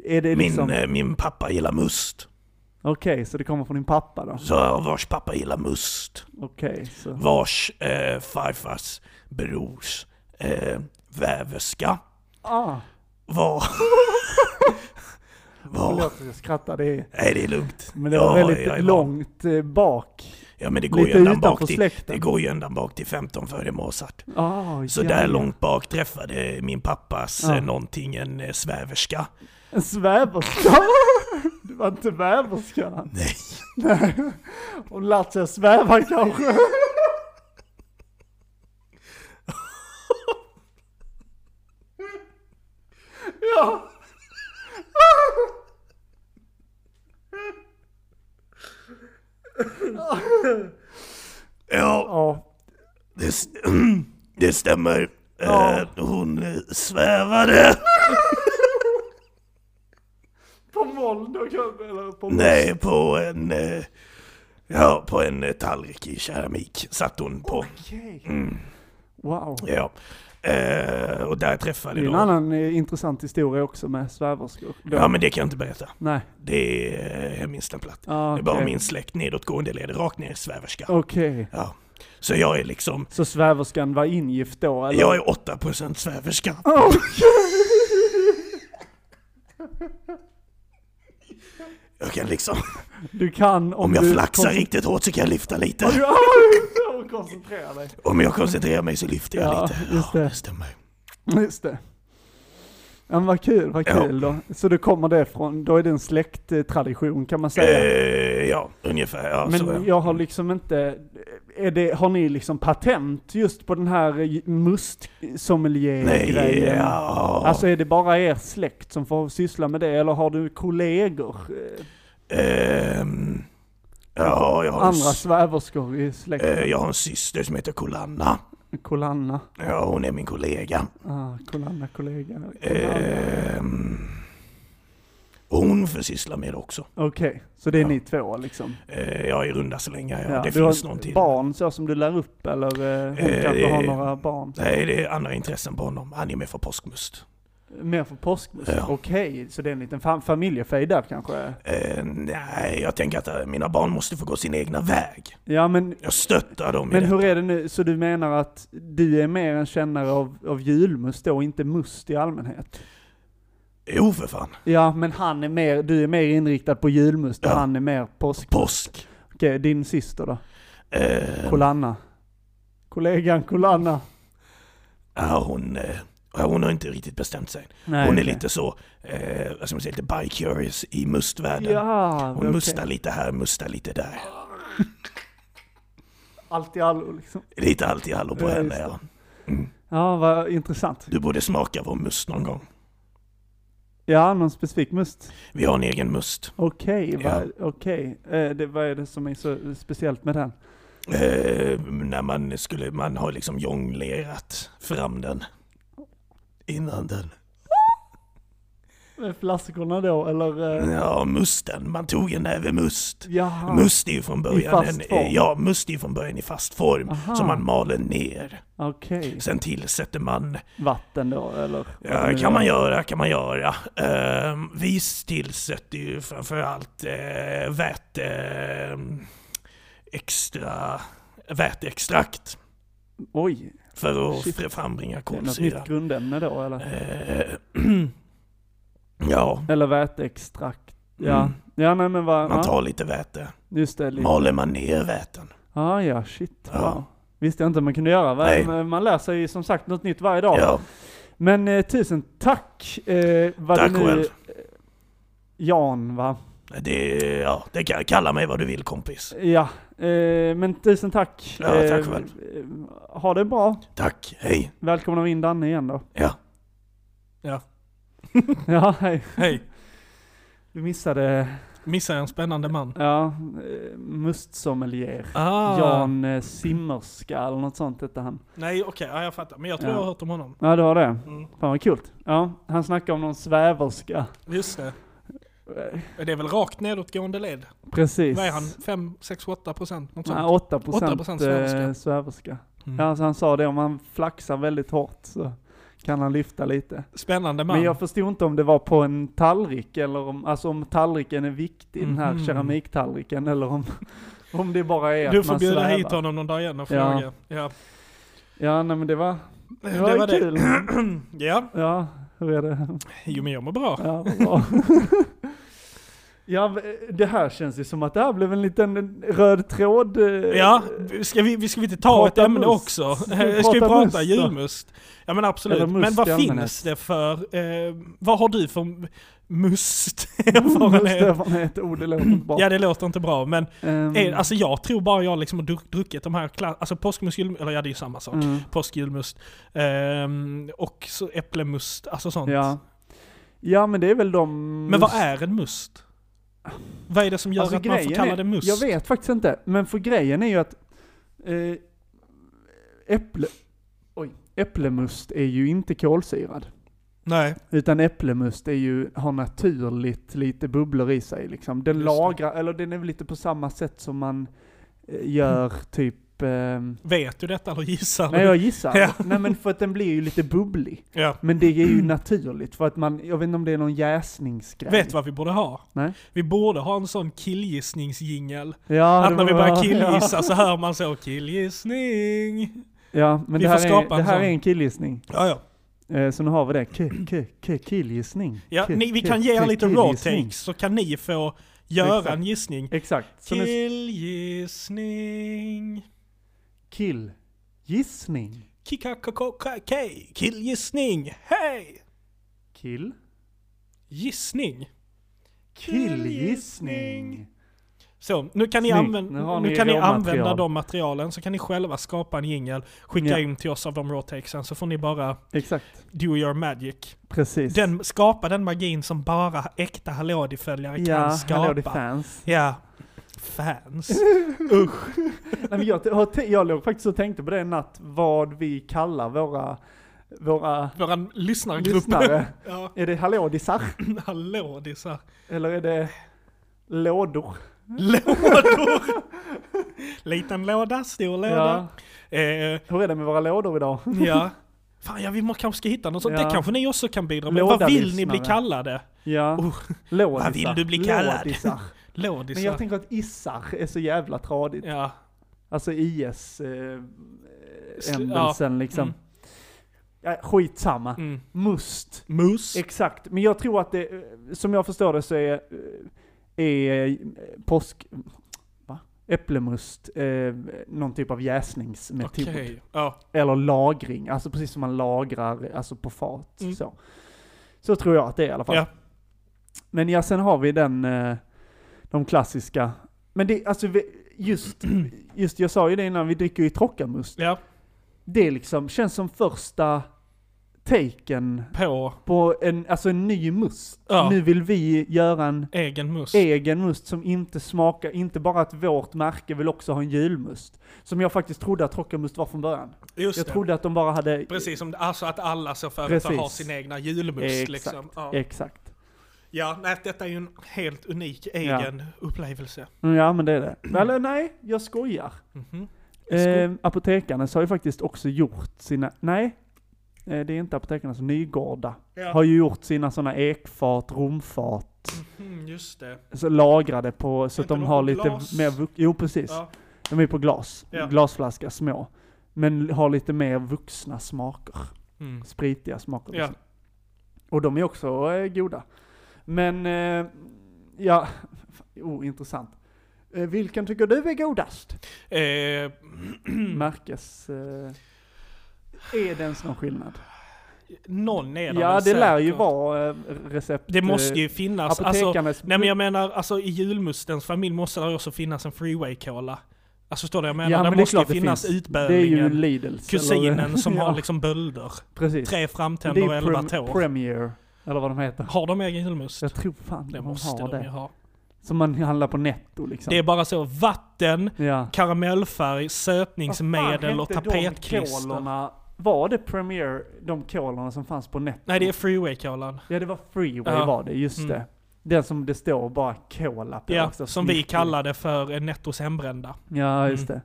Speaker 1: Är det
Speaker 2: Min,
Speaker 1: liksom...
Speaker 2: eh, min pappa gillar must.
Speaker 1: Okej, så det kommer från din pappa då?
Speaker 2: Så vars pappa gillar must.
Speaker 1: Okej, så...
Speaker 2: Vars eh, farfars brors eh, väverska
Speaker 1: Ah,
Speaker 2: var... var...
Speaker 1: förlåt att jag skrattar. Det är...
Speaker 2: Nej, det är lugnt.
Speaker 1: Men det var
Speaker 2: Ja,
Speaker 1: väldigt
Speaker 2: jag är van.
Speaker 1: långt eh, bak.
Speaker 2: Ja, men det går ju
Speaker 1: Lite
Speaker 2: ända bak
Speaker 1: utanför
Speaker 2: till...
Speaker 1: släkten.
Speaker 2: Det går ju ända bak till 15 före Mozart.
Speaker 1: Ah,
Speaker 2: Så
Speaker 1: ja,
Speaker 2: där
Speaker 1: ja.
Speaker 2: långt bak träffade min pappas
Speaker 1: Ja.
Speaker 2: eh, någonting, en eh, sväverska.
Speaker 1: En sväverska? Det var inte väverskan?
Speaker 2: Nej.
Speaker 1: Nej. Hon lärt sig att sväva kanske? ja.
Speaker 2: Ja,
Speaker 1: Ja.
Speaker 2: det, s- det stämmer.
Speaker 1: Ja.
Speaker 2: Eh, hon eh, svävade.
Speaker 1: På moln då kanske? Eller på
Speaker 2: Nej, på en... eh, Ja, på en eh, tallrik i keramik satt hon på.
Speaker 1: Okej. Wow.
Speaker 2: Mm. Ja. Eh, och där träffade
Speaker 1: Det är en
Speaker 2: då...
Speaker 1: annan eh, intressant historia också med sväverskor. Då-
Speaker 2: Ja, men det kan jag inte berätta.
Speaker 1: Nej.
Speaker 2: Det är, eh, jag minns den platt.
Speaker 1: Ah,
Speaker 2: Det är bara
Speaker 1: okej.
Speaker 2: min släkt nedåtgående leder rakt ner i sväverska.
Speaker 1: Okej.
Speaker 2: Ja. Så jag är liksom...
Speaker 1: Så sväverskan var ingift då eller?
Speaker 2: Jag är 8% sväverska. Jag kan liksom...
Speaker 1: Du kan om,
Speaker 2: Om jag
Speaker 1: du
Speaker 2: flaxar riktigt hårt så kan jag lyfta lite.
Speaker 1: Ja, och koncentrera dig.
Speaker 2: Om jag koncentrerar mig så lyfter jag
Speaker 1: Ja,
Speaker 2: lite.
Speaker 1: just
Speaker 2: Ja,
Speaker 1: det.
Speaker 2: det stämmer.
Speaker 1: Just det. Ja, men vad kul, vad
Speaker 2: Ja.
Speaker 1: kul då. Så du kommer det från, då är det en släkttradition kan man säga.
Speaker 2: Eh, ja, ungefär. Ja, så,
Speaker 1: Men
Speaker 2: ja.
Speaker 1: jag har liksom inte, är det, har ni liksom patent just på den här
Speaker 2: Nej,
Speaker 1: must-sommelier-grejen?
Speaker 2: ja.
Speaker 1: Alltså är det bara er släkt som får syssla med det, eller har du kollegor? eh,
Speaker 2: Ehm, ja, jag har, en,
Speaker 1: Andra
Speaker 2: s-
Speaker 1: sväverskor i
Speaker 2: eh,
Speaker 1: släkten?
Speaker 2: jag har en syster som heter Kolanna.
Speaker 1: Kolanna?
Speaker 2: Ja, hon är min kollega.
Speaker 1: Ah, Kolanna kollega? Kolanna.
Speaker 2: Ehm, och hon får syssla med det också.
Speaker 1: Okej, så det är
Speaker 2: ja.
Speaker 1: ni två liksom?
Speaker 2: Eh, jag är i runda slängar, ja.
Speaker 1: Ja,
Speaker 2: det
Speaker 1: du
Speaker 2: finns
Speaker 1: har
Speaker 2: någon till.
Speaker 1: barn så som du lär upp eller eh, hon
Speaker 2: Eh,
Speaker 1: kanske har
Speaker 2: eh,
Speaker 1: några barn?
Speaker 2: Nej, det är andra intressen på honom. Han är med för påskmust.
Speaker 1: Mer för påskmust?
Speaker 2: Ja.
Speaker 1: Okej, så det är en liten fam- familjefejd där kanske?
Speaker 2: Eh, nej, jag tänker att eh, mina barn måste få gå sin egna väg.
Speaker 1: Ja men,
Speaker 2: Jag stöttar dem i
Speaker 1: men
Speaker 2: det.
Speaker 1: hur är det nu, så du menar att du är mer en kännare av, av julmust då, inte must i allmänhet?
Speaker 2: Jo, för fan.
Speaker 1: Ja men han är mer, du är mer inriktad på julmust och
Speaker 2: Ja.
Speaker 1: han är mer påsk...
Speaker 2: Påsk.
Speaker 1: Okej, din syster då?
Speaker 2: Eh,
Speaker 1: Kolanna? Kollegan Kolanna?
Speaker 2: ja, hon, eh, ja, hon har inte riktigt bestämt sig.
Speaker 1: Nej,
Speaker 2: hon är
Speaker 1: okej.
Speaker 2: lite så, eh, vad ska man säga, lite bi-curious i mustvärlden.
Speaker 1: Ja,
Speaker 2: hon
Speaker 1: okej.
Speaker 2: mustar lite här, mustar lite där.
Speaker 1: Allt i allo liksom.
Speaker 2: Lite allt i allo på
Speaker 1: Ja,
Speaker 2: henne.
Speaker 1: just
Speaker 2: Ja.
Speaker 1: Ja, vad intressant.
Speaker 2: Du borde smaka vår must någon gång.
Speaker 1: Ja, någon specifik must?
Speaker 2: Vi har en egen must.
Speaker 1: Okej,
Speaker 2: Ja.
Speaker 1: va, okej. Eh, det, vad är det som är så speciellt med den?
Speaker 2: Eh, när man skulle, man har liksom jonglerat fram den. Innan den.
Speaker 1: Med Eh, flaskorna då, eller? Eh,
Speaker 2: Ja, musten. Man tog en näve must.
Speaker 1: jaha.
Speaker 2: Must är ju från början
Speaker 1: I fast
Speaker 2: en,
Speaker 1: form.
Speaker 2: eh, ja, must är ju från början i fast form
Speaker 1: Aha.
Speaker 2: som man maler ner.
Speaker 1: Okej.
Speaker 2: Sen tillsätter man,
Speaker 1: Vatten då, eller? vad det
Speaker 2: ja,
Speaker 1: nu
Speaker 2: kan man
Speaker 1: är.
Speaker 2: göra, kan man göra. Ehm, vi tillsätter ju framförallt eh, väte, ehm, extra, väteextrakt
Speaker 1: Oj,
Speaker 2: för att
Speaker 1: Shit.
Speaker 2: fr- frambringa
Speaker 1: det är något
Speaker 2: kolsyra.
Speaker 1: nytt grundämne då, eller?
Speaker 2: Eh, ja,
Speaker 1: Eller väteextrakt. Ja,
Speaker 2: Mm.
Speaker 1: ja nej men vad...
Speaker 2: man
Speaker 1: ja,
Speaker 2: tar lite väte.
Speaker 1: just det, lite.
Speaker 2: Maler man ner väten.
Speaker 1: Ah, ja, shit.
Speaker 2: Ja.
Speaker 1: Ja. Visste jag inte man kunde göra.
Speaker 2: Nej.
Speaker 1: Va? Men Man lär sig ju som sagt något nytt varje dag.
Speaker 2: Ja,
Speaker 1: Men eh, tusen tack! Eh, vad
Speaker 2: Tack
Speaker 1: det nu...
Speaker 2: själv.
Speaker 1: Jan, va?
Speaker 2: det, ja, det kan, kalla mig vad du vill kompis.
Speaker 1: Ja, eh, men tusen tack.
Speaker 2: Ja, tack
Speaker 1: Eh,
Speaker 2: själv.
Speaker 1: eh, Ha det bra.
Speaker 2: Tack, hej.
Speaker 1: Välkomna in Danne igen då.
Speaker 2: Ja.
Speaker 4: Ja.
Speaker 1: Ja, hej.
Speaker 4: Hej,
Speaker 1: Du missade,
Speaker 4: missar jag en spännande man?
Speaker 1: ja, eh, mustsommelier.
Speaker 4: Ah,
Speaker 1: Jan eh, Simmerska eller något sånt hette han.
Speaker 4: Nej okej, ja, jag fattar. Men jag tror
Speaker 1: Ja.
Speaker 4: jag har hört om honom.
Speaker 1: Ja, du har det.
Speaker 4: Mm.
Speaker 1: Fan vad kul. Ja, han snackade om någon sväverska.
Speaker 4: Just det.
Speaker 1: Eh,
Speaker 4: Det är väl rakt nedåtgående led?
Speaker 1: Precis.
Speaker 2: Vad är han? 5, 6, 8 procent? Något sånt.
Speaker 1: Nej, 8 procent
Speaker 2: 8% sväverska.
Speaker 1: sväverska. sväverska.
Speaker 2: Mm.
Speaker 1: Ja, alltså han sa det, om han flaxar väldigt hårt så kan han lyfta lite.
Speaker 2: Spännande man.
Speaker 1: Men jag förstod inte om det var på en tallrik eller om, alltså om tallriken är viktig, den här
Speaker 2: Mhm.
Speaker 1: keramiktallriken, eller om, om det bara är
Speaker 2: du
Speaker 1: att
Speaker 2: får
Speaker 1: man
Speaker 2: bjuda
Speaker 1: svävar.
Speaker 2: hit honom någon dag igen och
Speaker 1: Ja.
Speaker 2: fråga. Ja.
Speaker 1: Ja, nej men det var, det var,
Speaker 2: var det.
Speaker 1: kul.
Speaker 2: ja,
Speaker 1: Ja, hur är det?
Speaker 2: jo men jag mår bra.
Speaker 1: Ja, vad bra. ja, eh, det här känns ju som att det här blev en liten röd tråd. eh,
Speaker 2: Ja, ska vi, vi ska vi inte ta
Speaker 1: Prata
Speaker 2: ett ämne
Speaker 1: must.
Speaker 2: också?
Speaker 1: Ska
Speaker 2: Ska
Speaker 1: vi
Speaker 2: vi, ska vi
Speaker 1: prata
Speaker 2: prata
Speaker 1: must då?
Speaker 2: julmust? Ja men
Speaker 1: Eller
Speaker 2: absolut,
Speaker 1: must
Speaker 2: men vad
Speaker 1: i allmänhet.
Speaker 2: finns det för, eh, vad har du för
Speaker 1: Just det,
Speaker 2: must-erfarenhet?
Speaker 1: var med ett ord, det låter inte bra.
Speaker 2: Ja det låter inte bra, men
Speaker 1: Ehm,
Speaker 2: eh, alltså jag tror bara jag liksom har druck- druckit de här, kla- alltså påskmust, julmust, eller ja det är ju samma sak.
Speaker 1: mm.
Speaker 2: Påsk, julmust, ehm, och så äpplemust, alltså sånt.
Speaker 1: Ja. ja, men det är väl de...
Speaker 2: Men vad är en must? Vad är det som gör
Speaker 1: Alltså,
Speaker 2: att man får
Speaker 1: grejen
Speaker 2: kalla
Speaker 1: är-
Speaker 2: det must?
Speaker 1: Jag vet faktiskt inte, men för grejen är ju att eh, äpple, oj, äpplemust är ju inte kolsyrad.
Speaker 2: Nej.
Speaker 1: Utan äpplemust är ju, har naturligt lite bubblor i sig liksom. Den
Speaker 2: Just det.
Speaker 1: lagrar, eller den är väl lite på samma sätt som man eh, gör typ, eh,
Speaker 2: Vet du detta eller gissar
Speaker 1: nej
Speaker 2: du?
Speaker 1: jag gissar.
Speaker 2: Mm. Ja. Mm.
Speaker 1: Nej men för att den blir ju lite bubblig.
Speaker 2: Ja.
Speaker 1: Men det är ju naturligt för att man, jag vet inte om det är någon jäsningsgrej.
Speaker 2: Vet du vad vi borde ha?
Speaker 1: Nej.
Speaker 2: Vi borde ha en sån killgissningsjingel.
Speaker 1: Ja, det
Speaker 2: att när vi
Speaker 1: var-
Speaker 2: börjar killgissa så hör man så killgissning.
Speaker 1: Ja, men
Speaker 2: Vi
Speaker 1: det här,
Speaker 2: får
Speaker 1: är,
Speaker 2: skapa
Speaker 1: det
Speaker 2: en
Speaker 1: här
Speaker 2: sån.
Speaker 1: är en killgissning.
Speaker 2: Ja, ja.
Speaker 1: Eh, Så nu har vi det. K- k- k- killgissning.
Speaker 2: ja
Speaker 1: K-
Speaker 2: ni, vi
Speaker 1: k-
Speaker 2: kan ge er
Speaker 1: k-
Speaker 2: lite raw
Speaker 1: killgissning.
Speaker 2: takes så kan ni få göra
Speaker 1: Exakt.
Speaker 2: en gissning.
Speaker 1: Exakt. Så nu,
Speaker 2: Killgissning.
Speaker 1: killgissning.
Speaker 2: Kikakakakakej. Killgissning. Hej!
Speaker 1: Kill.
Speaker 2: Gissning.
Speaker 1: Killgissning.
Speaker 2: Så, nu kan ni,
Speaker 1: Snyggt.
Speaker 2: använda,
Speaker 1: Nu har
Speaker 2: nu
Speaker 1: ni
Speaker 2: kan ni
Speaker 1: råmaterial.
Speaker 2: använda de materialen, så kan ni själva skapa en jingel, skicka
Speaker 1: Ja.
Speaker 2: in till oss av de raw takesen, så får ni bara
Speaker 1: Exakt.
Speaker 2: do your magic.
Speaker 1: Precis.
Speaker 2: Den, skapa den magin som bara äkta Hallådi-följare
Speaker 1: ja,
Speaker 2: kan skapa.
Speaker 1: hallå det är fans.
Speaker 2: Ja, fans.
Speaker 1: Nej, men jag, jag, jag låg faktiskt och tänkte på det en natt, vad vi kallar våra, våra
Speaker 2: Våra lyssnargrupp.
Speaker 1: lyssnare.
Speaker 2: Ja,
Speaker 1: Är det hallådisar?
Speaker 2: hallådisar.
Speaker 1: Eller är det lådor?
Speaker 2: Lådor! Liten låda, stor
Speaker 1: Ja.
Speaker 2: låda. Eh,
Speaker 1: Hur är det med våra lådor idag?
Speaker 2: ja. Fan, ja, vi må, kanske ska hitta något sånt.
Speaker 1: Ja.
Speaker 2: Det kanske ni också kan bidra med. Vad vill ni
Speaker 1: Lådalyssnare.
Speaker 2: bli kallade?
Speaker 1: Ja.
Speaker 2: Oh.
Speaker 1: Lådisar.
Speaker 2: Vad vill du bli kallad?
Speaker 1: Lådisar. Men
Speaker 2: Lådisar.
Speaker 1: jag tänker att issar är så jävla tradigt.
Speaker 2: Ja.
Speaker 1: Alltså IS-ändelsen
Speaker 2: Sl-
Speaker 1: liksom.
Speaker 2: Mm.
Speaker 1: Ja, skitsamma.
Speaker 2: Mm.
Speaker 1: Must.
Speaker 2: Mus.
Speaker 1: Exakt. Men jag tror att det, eh, som jag förstår det så är, eh, är eh, påsk... Va? Äpplemust eh, någon typ av typ jäsningsmetod.
Speaker 2: Okej. Ja.
Speaker 1: Eller lagring, alltså precis som man lagrar alltså på fat.
Speaker 2: Mm.
Speaker 1: Så. så tror jag att det är i alla fall.
Speaker 2: Ja.
Speaker 1: Men ja, sen har vi den, eh, de klassiska. Men det, alltså vi- just, just, jag sa ju det innan, vi dricker ju Trockamust.
Speaker 2: ja.
Speaker 1: Det liksom känns som första taken
Speaker 2: På
Speaker 1: på en, alltså en ny must.
Speaker 2: Ja.
Speaker 1: Nu vill vi göra en
Speaker 2: egen mus.
Speaker 1: egen must som inte smakar, inte bara att vårt märke vill också ha en julmust. Som jag faktiskt trodde att Trockamust var från början.
Speaker 2: Just
Speaker 1: Jag
Speaker 2: det.
Speaker 1: trodde att de bara hade...
Speaker 2: Precis som alltså att alla så företag
Speaker 1: Precis.
Speaker 2: har sin egna julmust
Speaker 1: Exakt.
Speaker 2: liksom. Ja.
Speaker 1: Exakt.
Speaker 2: ja, nej detta är ju en helt unik
Speaker 1: Ja.
Speaker 2: egen upplevelse.
Speaker 1: Mm, Ja men det är det. Eller nej, jag skojar.
Speaker 2: Mhm. Jag skojar.
Speaker 1: Eh, apotekarnas har ju faktiskt också gjort sina, nej. eh, Det är inte apotekarnas, Nygårda.
Speaker 2: Ja.
Speaker 1: Har ju gjort sina sådana ekfat, romfat,
Speaker 2: Mhm, just det.
Speaker 1: så lagrade på, så
Speaker 2: Är
Speaker 1: att
Speaker 2: inte
Speaker 1: de
Speaker 2: de
Speaker 1: har
Speaker 2: på
Speaker 1: lite
Speaker 2: glas?
Speaker 1: mer, vux- jo precis.
Speaker 2: Ja.
Speaker 1: De är på glas,
Speaker 2: Ja.
Speaker 1: glasflaska, små. Men har lite mer vuxna smaker,
Speaker 2: Mm.
Speaker 1: spritiga smaker. liksom.
Speaker 2: Ja.
Speaker 1: Och de är också eh, goda. Men, eh, ja, oh, intressant. Eh, vilken tycker du är godast?
Speaker 2: Eh,
Speaker 1: Märkes... Eh, är det ens någon skillnad?
Speaker 2: någon är där
Speaker 1: Ja,
Speaker 2: väl
Speaker 1: det lär ju
Speaker 2: säkert.
Speaker 1: vara eh, recept...
Speaker 2: Det måste
Speaker 1: eh,
Speaker 2: ju finnas. Alltså,
Speaker 1: Apotekarnas...
Speaker 2: nej men jag menar, alltså i julmustens familj måste det också finnas en freeway-cola. Alltså förstår du vad jag menar?
Speaker 1: Ja,
Speaker 2: det
Speaker 1: men det är
Speaker 2: måste ju
Speaker 1: klart det
Speaker 2: finnas
Speaker 1: finns. det är ju
Speaker 2: utbärningen.
Speaker 1: Lidls. eller-
Speaker 2: Kusinen som
Speaker 1: ja,
Speaker 2: har liksom bölder.
Speaker 1: Precis.
Speaker 2: Tre
Speaker 1: Det är
Speaker 2: framtänder och elva
Speaker 1: ju
Speaker 2: tår.
Speaker 1: Premier, eller vad de heter.
Speaker 2: Har de egen julmust?
Speaker 1: Jag tror fan
Speaker 2: Det
Speaker 1: de
Speaker 2: måste
Speaker 1: har
Speaker 2: de
Speaker 1: det.
Speaker 2: ju ha.
Speaker 1: Som man handlar på netto liksom.
Speaker 2: Det är bara så vatten,
Speaker 1: ja.
Speaker 2: karamellfärg,
Speaker 1: Vad fan
Speaker 2: sötningsmedel och
Speaker 1: hette de
Speaker 2: tapetklister.
Speaker 1: kolorna? Var det Premier, de kolorna som fanns på netto?
Speaker 2: Nej det är freeway-kolan.
Speaker 1: Ja det var Freeway
Speaker 2: Ja.
Speaker 1: var det, just
Speaker 2: Mm.
Speaker 1: det. Den som det står bara cola på.
Speaker 2: Ja,
Speaker 1: också.
Speaker 2: som vi Mm.
Speaker 1: Snickig.
Speaker 2: kallade för en Nettos hembrännda.
Speaker 1: Ja, just det.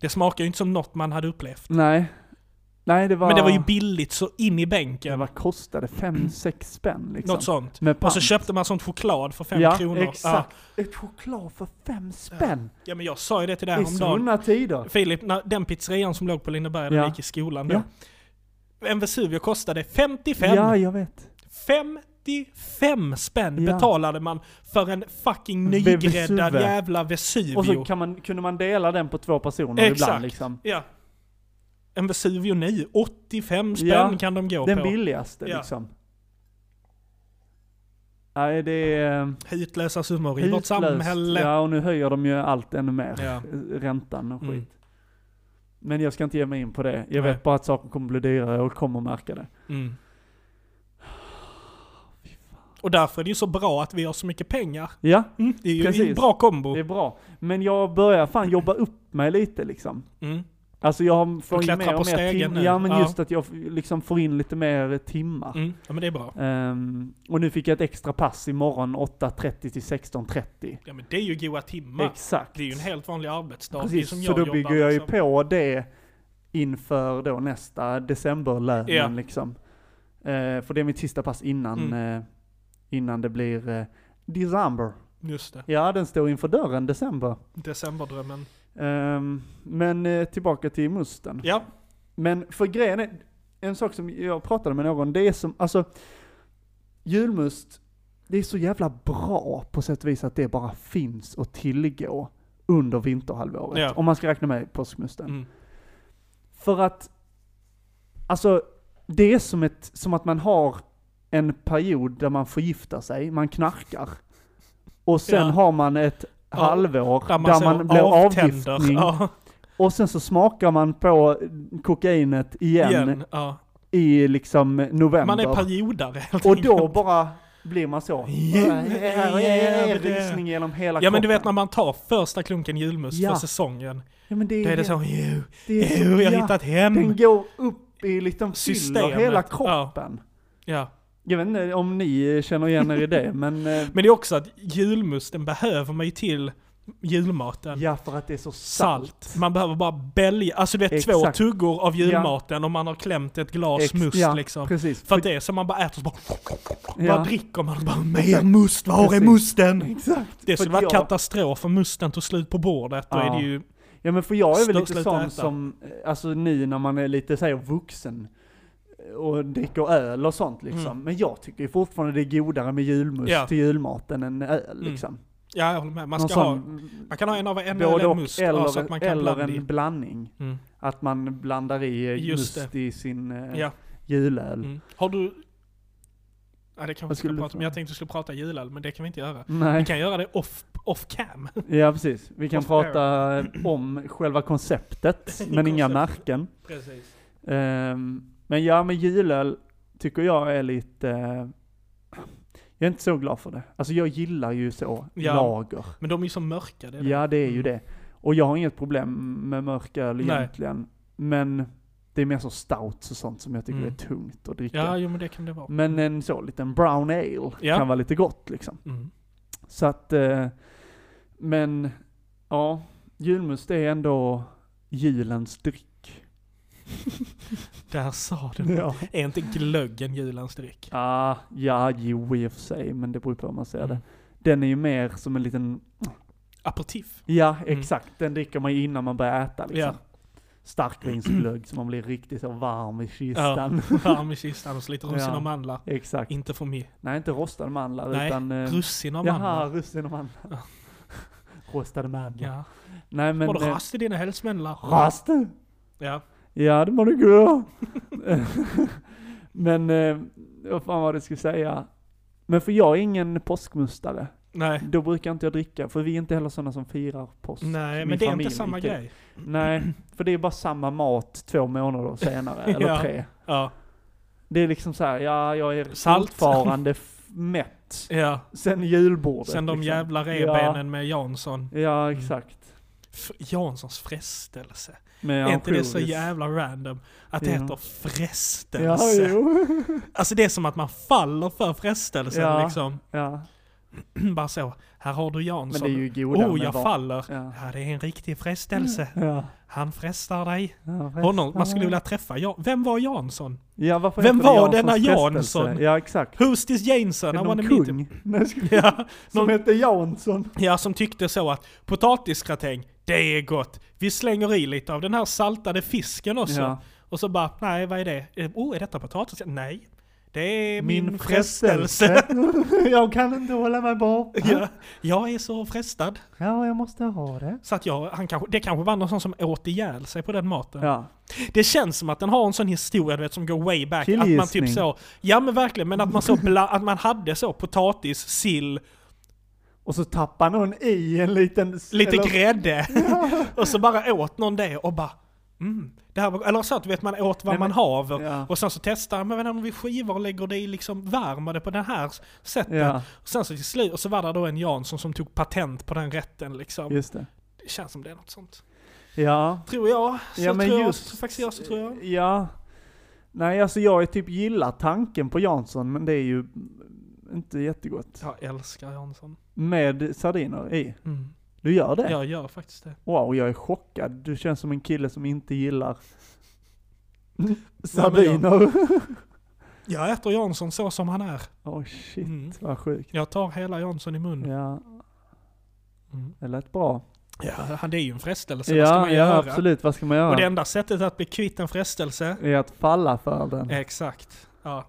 Speaker 2: Det smakar ju inte som något man hade upplevt.
Speaker 1: Nej. Nej, det var...
Speaker 2: Men det var ju billigt så in i
Speaker 1: det
Speaker 2: bänken.
Speaker 1: var kostade fem, sex spänn liksom.
Speaker 2: Något sånt.
Speaker 1: Med
Speaker 2: Och så
Speaker 1: pant.
Speaker 2: köpte man sånt choklad för fem
Speaker 1: ja,
Speaker 2: kronor.
Speaker 1: exakt.
Speaker 2: Ah,
Speaker 1: Ett choklad för fem spänn!
Speaker 2: ja, men jag sa ju det till dig
Speaker 1: I
Speaker 2: häromdagen.
Speaker 1: sådana tider!
Speaker 2: Filip, när, den pizzerian som låg på Lindeberg när
Speaker 1: Ja.
Speaker 2: vi gick i skolan då. En Vesuvio kostade 55.
Speaker 1: Ja, jag vet.
Speaker 2: 55 spänn
Speaker 1: Ja.
Speaker 2: betalade man för en
Speaker 1: Ve-
Speaker 2: fucking nygräddad
Speaker 1: Vesuvio.
Speaker 2: jävla Vesuvio.
Speaker 1: Och så kan man, kunde man dela den på två personer
Speaker 2: Exakt.
Speaker 1: ibland liksom.
Speaker 2: Ja. En Vesuvio ny, 85 spänn
Speaker 1: Ja.
Speaker 2: kan de gå
Speaker 1: Den
Speaker 2: på.
Speaker 1: billigaste
Speaker 2: Ja.
Speaker 1: liksom. Nej, det är... eh,
Speaker 2: Hitlösa summor i vårt
Speaker 1: hutlöst.
Speaker 2: samhälle.
Speaker 1: Ja, och nu höjer de ju allt ännu mer.
Speaker 2: Ja.
Speaker 1: Räntan och skit.
Speaker 2: Mm.
Speaker 1: Men jag ska inte ge mig in på det. Jag
Speaker 2: Nej.
Speaker 1: vet bara att saker kommer bli dyrare och kommer märka det.
Speaker 2: Mm. Och därför är det ju så bra att vi har så mycket pengar.
Speaker 1: Ja,
Speaker 2: Mm, det är ju
Speaker 1: Precis.
Speaker 2: en bra kombo.
Speaker 1: det är bra. Men jag börjar fan jobba upp mig lite liksom.
Speaker 2: Mm.
Speaker 1: Alltså jag har- får
Speaker 2: Du
Speaker 1: in
Speaker 2: klättrar
Speaker 1: mer
Speaker 2: på
Speaker 1: och mer
Speaker 2: stegen
Speaker 1: timmar.
Speaker 2: nu.
Speaker 1: Ja men
Speaker 2: Ja.
Speaker 1: just att jag liksom får in lite mer timmar.
Speaker 2: Mm. Ja men det är bra.
Speaker 1: Ehm, och nu fick jag ett extra pass imorgon 8.30 till 16.30.
Speaker 2: Ja men det är ju goa timmar.
Speaker 1: Exakt.
Speaker 2: Det är ju en helt vanlig arbetsdag. det är
Speaker 1: Precis,
Speaker 2: som
Speaker 1: så
Speaker 2: jag
Speaker 1: då
Speaker 2: jobbar,
Speaker 1: bygger jag ju
Speaker 2: liksom.
Speaker 1: på det inför då nästa decemberlön
Speaker 2: Ja.
Speaker 1: liksom. Eh, för det är mitt sista pass innan,
Speaker 2: Mm.
Speaker 1: eh, innan det blir eh, december.
Speaker 2: Just det.
Speaker 1: Ja, den står inför dörren, december.
Speaker 2: Decemberdrömmen.
Speaker 1: Ehm, men eh, tillbaka till musten.
Speaker 2: Ja.
Speaker 1: Men för grejen är, en sak som jag pratade med någon, det är som, alltså, julmust, det är så jävla bra på sätt och vis att det bara finns att tillgå under vinterhalvåret.
Speaker 2: Ja.
Speaker 1: Om man ska räkna med påskmusten.
Speaker 2: Mm.
Speaker 1: För att, alltså, det är som, ett, som att man har en period där man förgiftar sig, man knarkar. Och sen
Speaker 2: Ja.
Speaker 1: har man ett
Speaker 2: Ja,
Speaker 1: halvår
Speaker 2: Där
Speaker 1: där
Speaker 2: man,
Speaker 1: man,
Speaker 2: så
Speaker 1: blir
Speaker 2: avtänder.
Speaker 1: avgiftning.
Speaker 2: Ja,
Speaker 1: Och sen så smakar man på kokainet igen,
Speaker 2: igen. Ja.
Speaker 1: i liksom november.
Speaker 2: Man är periodare helt
Speaker 1: och
Speaker 2: enkelt.
Speaker 1: då bara blir man så.
Speaker 2: Ja, ja,
Speaker 1: Rysning genom hela
Speaker 2: Ja men du vet när
Speaker 1: kroppen.
Speaker 2: man tar första klunken julmust
Speaker 1: Ja.
Speaker 2: för säsongen.
Speaker 1: Ja, men det är,
Speaker 2: Då är det så, jo,
Speaker 1: det är-
Speaker 2: jo, jag har
Speaker 1: ja,
Speaker 2: hittat hem.
Speaker 1: Den går upp i liksom fyller
Speaker 2: Systemet,
Speaker 1: hela
Speaker 2: ja.
Speaker 1: kroppen.
Speaker 2: Ja.
Speaker 1: Jag vet inte om ni känner igen er i det, men... eh,
Speaker 2: Men det är också att julmusten behöver man ju till julmaten.
Speaker 1: ja, för att det är så
Speaker 2: Salt.
Speaker 1: salt.
Speaker 2: Man behöver bara bälja, alltså du vet två
Speaker 1: Exakt.
Speaker 2: tuggor av julmaten och man har klämt ett glas
Speaker 1: Ex-
Speaker 2: must
Speaker 1: ja,
Speaker 2: liksom.
Speaker 1: Precis.
Speaker 2: För att det är så man bara äter så bara,
Speaker 1: Ja.
Speaker 2: bara dricker man och bara mer must, var är
Speaker 1: Precis.
Speaker 2: musten?
Speaker 1: Exakt.
Speaker 2: Det
Speaker 1: För
Speaker 2: skulle vara
Speaker 1: jag-
Speaker 2: katastrof om musten tog slut på bordet. Då
Speaker 1: Ja.
Speaker 2: är det ju,
Speaker 1: Ja men för jag är väl
Speaker 2: Slut-
Speaker 1: lite
Speaker 2: sluta
Speaker 1: sån
Speaker 2: äta.
Speaker 1: som, eh, alltså nu när man är lite säger vuxen och dricker öl och sånt liksom.
Speaker 2: Mm.
Speaker 1: Men jag tycker ju fortfarande det är godare med julmust
Speaker 2: Ja.
Speaker 1: till julmaten än öl liksom.
Speaker 2: ja jag håller med, man
Speaker 1: Någon
Speaker 2: ska ha, man kan ha en av en öl
Speaker 1: både
Speaker 2: och en
Speaker 1: och
Speaker 2: must.
Speaker 1: eller,
Speaker 2: ja, så att man kan
Speaker 1: eller
Speaker 2: blanda
Speaker 1: en
Speaker 2: i.
Speaker 1: blandning.
Speaker 2: Mm.
Speaker 1: Att man blandar i eh,
Speaker 2: Just
Speaker 1: must i sin eh,
Speaker 2: Ja.
Speaker 1: julöl.
Speaker 2: Mm. Har du... Ja, det kanske vi
Speaker 1: Vad
Speaker 2: ska
Speaker 1: skulle du
Speaker 2: prata om.
Speaker 1: fråga?
Speaker 2: Jag tänkte vi skulle prata julöl, men det kan vi inte göra. Vi
Speaker 1: Nej,
Speaker 2: kan göra det off, off cam.
Speaker 1: ja precis. Vi kan
Speaker 2: Off air.
Speaker 1: prata eh, om själva konceptet, men inga
Speaker 2: Konceptet.
Speaker 1: märken.
Speaker 2: Precis.
Speaker 1: Ehm, men ja, men julöl tycker jag är lite... eh, jag är inte så glad för det. Alltså jag gillar ju så
Speaker 2: Ja,
Speaker 1: lager.
Speaker 2: Men de är ju så mörka. Det är det.
Speaker 1: Ja, det är ju
Speaker 2: Mm.
Speaker 1: det. Och jag har inget problem med mörk öl
Speaker 2: Nej.
Speaker 1: egentligen. Men det är mer så stouts och sånt som jag tycker
Speaker 2: Mm.
Speaker 1: är tungt att dricka.
Speaker 2: Ja, jo, men det kan det vara.
Speaker 1: Men en så liten brown ale
Speaker 2: Ja.
Speaker 1: kan vara lite gott liksom.
Speaker 2: Mm.
Speaker 1: Så att, eh, men ja, julmust är ändå julens dryck.
Speaker 2: Där sa du
Speaker 1: Ja.
Speaker 2: Är inte glöggen julens dryck?
Speaker 1: Ah, ja, jo i och för sig, men det beror på hur man ser
Speaker 2: Mm.
Speaker 1: det. Den är ju mer som en liten,
Speaker 2: Aperitif.
Speaker 1: ja exakt, den dricker man ju innan man börjar äta liksom. Starkvinsglögg så man blir riktigt så varm i kistan.
Speaker 2: Varm i kistan och så lite russin
Speaker 1: Ja.
Speaker 2: och mandlar.
Speaker 1: exakt.
Speaker 2: Inte för mig.
Speaker 1: Nej, inte rostade mandlar
Speaker 2: Nej,
Speaker 1: utan... eh,
Speaker 2: Russin och
Speaker 1: Jaha,
Speaker 2: mandlar.
Speaker 1: russin och mandlar. Rostade mandlar.
Speaker 2: Ja.
Speaker 1: Nej men...
Speaker 2: Har du
Speaker 1: eh,
Speaker 2: rast i dina hälsmandlar?
Speaker 1: Raste!
Speaker 2: Ja.
Speaker 1: Ja, det må du gå. men, eh, vad fan var det jag skulle säga? Men för jag är ingen påskmustare.
Speaker 2: Nej.
Speaker 1: Då brukar inte jag dricka, för vi är inte heller sådana som firar påsk.
Speaker 2: Nej,
Speaker 1: Min
Speaker 2: men det är inte
Speaker 1: familj,
Speaker 2: samma
Speaker 1: inte.
Speaker 2: grej.
Speaker 1: Nej, för det är bara samma mat två månader senare, eller
Speaker 2: Ja.
Speaker 1: tre.
Speaker 2: Ja.
Speaker 1: Det är liksom så här, ja jag är
Speaker 2: Salt.
Speaker 1: fortfarande f- mätt.
Speaker 2: ja.
Speaker 1: Sen julbordet.
Speaker 2: Sen de
Speaker 1: liksom.
Speaker 2: jävla revbenen med Jansson.
Speaker 1: Ja, ja exakt.
Speaker 2: F- Janssons frestelse.
Speaker 1: Men
Speaker 2: är inte det så jävla random? Att det
Speaker 1: Ja.
Speaker 2: heter
Speaker 1: Ja,
Speaker 2: frestelse.
Speaker 1: jo.
Speaker 2: alltså det är som att man faller för frestelsen
Speaker 1: Ja.
Speaker 2: liksom.
Speaker 1: ja.
Speaker 2: Bara så, här har du
Speaker 1: Men
Speaker 2: Jansson.
Speaker 1: det är ju goda
Speaker 2: oh,
Speaker 1: med
Speaker 2: jag
Speaker 1: var-
Speaker 2: faller.
Speaker 1: Ja.
Speaker 2: Ja, det är en riktig frestelse.
Speaker 1: Ja.
Speaker 2: Han frestar dig.
Speaker 1: Mm. Ja,
Speaker 2: Honom, man skulle vilja träffa Jan. Vem var Jansson?
Speaker 1: ja, varför
Speaker 2: Vem
Speaker 1: heter det
Speaker 2: var
Speaker 1: Janssons
Speaker 2: denna
Speaker 1: frestelse?
Speaker 2: Jansson?
Speaker 1: Ja, exakt.
Speaker 2: Who's this Jansson?
Speaker 1: Är det
Speaker 2: I wanna
Speaker 1: någon
Speaker 2: meet him.
Speaker 1: kung? Nej, jag skulle-
Speaker 2: Ja,
Speaker 1: Som hette Jansson.
Speaker 2: ja, som tyckte så att potatisgratäng, det är gott. Vi slänger i lite av den här saltade fisken också.
Speaker 1: Ja.
Speaker 2: Och så bara, nej vad är det? Eh, Oh, är detta potatis? Nej. Det är min,
Speaker 1: Min
Speaker 2: frestelse.
Speaker 1: jag kan inte hålla mig borta.
Speaker 2: ja, jag är så frestad.
Speaker 1: Ja, jag måste ha det.
Speaker 2: Så att jag, han kanske, det kanske var någon sån som åt ihjäl sig på den maten.
Speaker 1: Ja.
Speaker 2: Det känns som att den har en sån historia du vet, som går way back. Att man
Speaker 1: Killgissning.
Speaker 2: typ så, ja men verkligen, men att man, så bla, att man hade så potatis, sill,
Speaker 1: Och så tappar någon i en liten...
Speaker 2: lite
Speaker 1: eller-
Speaker 2: grädde. och så bara åt någon det och bara Mm, det här var, eller så att du vet man åt vad
Speaker 1: Nej, men-
Speaker 2: man haver
Speaker 1: ja.
Speaker 2: och sen så testar man, men om vi skivor och lägger det i liksom värmer det på det här s- sättet.
Speaker 1: Ja.
Speaker 2: Och sen så till slut, och så var det då en Jansson som tog patent på den rätten liksom.
Speaker 1: Just det.
Speaker 2: Det känns som det är något sånt.
Speaker 1: Ja.
Speaker 2: Tror jag. Så
Speaker 1: Ja, men
Speaker 2: tror
Speaker 1: just-
Speaker 2: jag, så faktiskt jag så tror jag.
Speaker 1: Ja. Nej, alltså jag är typ gillar tanken på Jansson, men det är ju inte jättegott.
Speaker 2: Jag älskar Jansson.
Speaker 1: Med sardiner i.
Speaker 2: Mm.
Speaker 1: Du gör det?
Speaker 2: Jag gör faktiskt det.
Speaker 1: Wow, jag är chockad. Du känns som en kille som inte gillar
Speaker 2: Nej, men
Speaker 1: sardiner.
Speaker 2: Jag äter Jansson så som han är.
Speaker 1: Åh oh, shit,
Speaker 2: Mm.
Speaker 1: vad sjukt.
Speaker 2: Jag tar hela Jansson i munnen.
Speaker 1: Ja,
Speaker 2: Mm.
Speaker 1: det lät bra.
Speaker 2: Ja, han, det är ju en frestelse. Alltså, vad ska
Speaker 1: Ja,
Speaker 2: man
Speaker 1: ja
Speaker 2: göra?
Speaker 1: absolut. Vad ska man göra?
Speaker 2: Och det enda sättet att bli kvitt en frestelse,
Speaker 1: är att falla för den.
Speaker 2: exakt. Ja.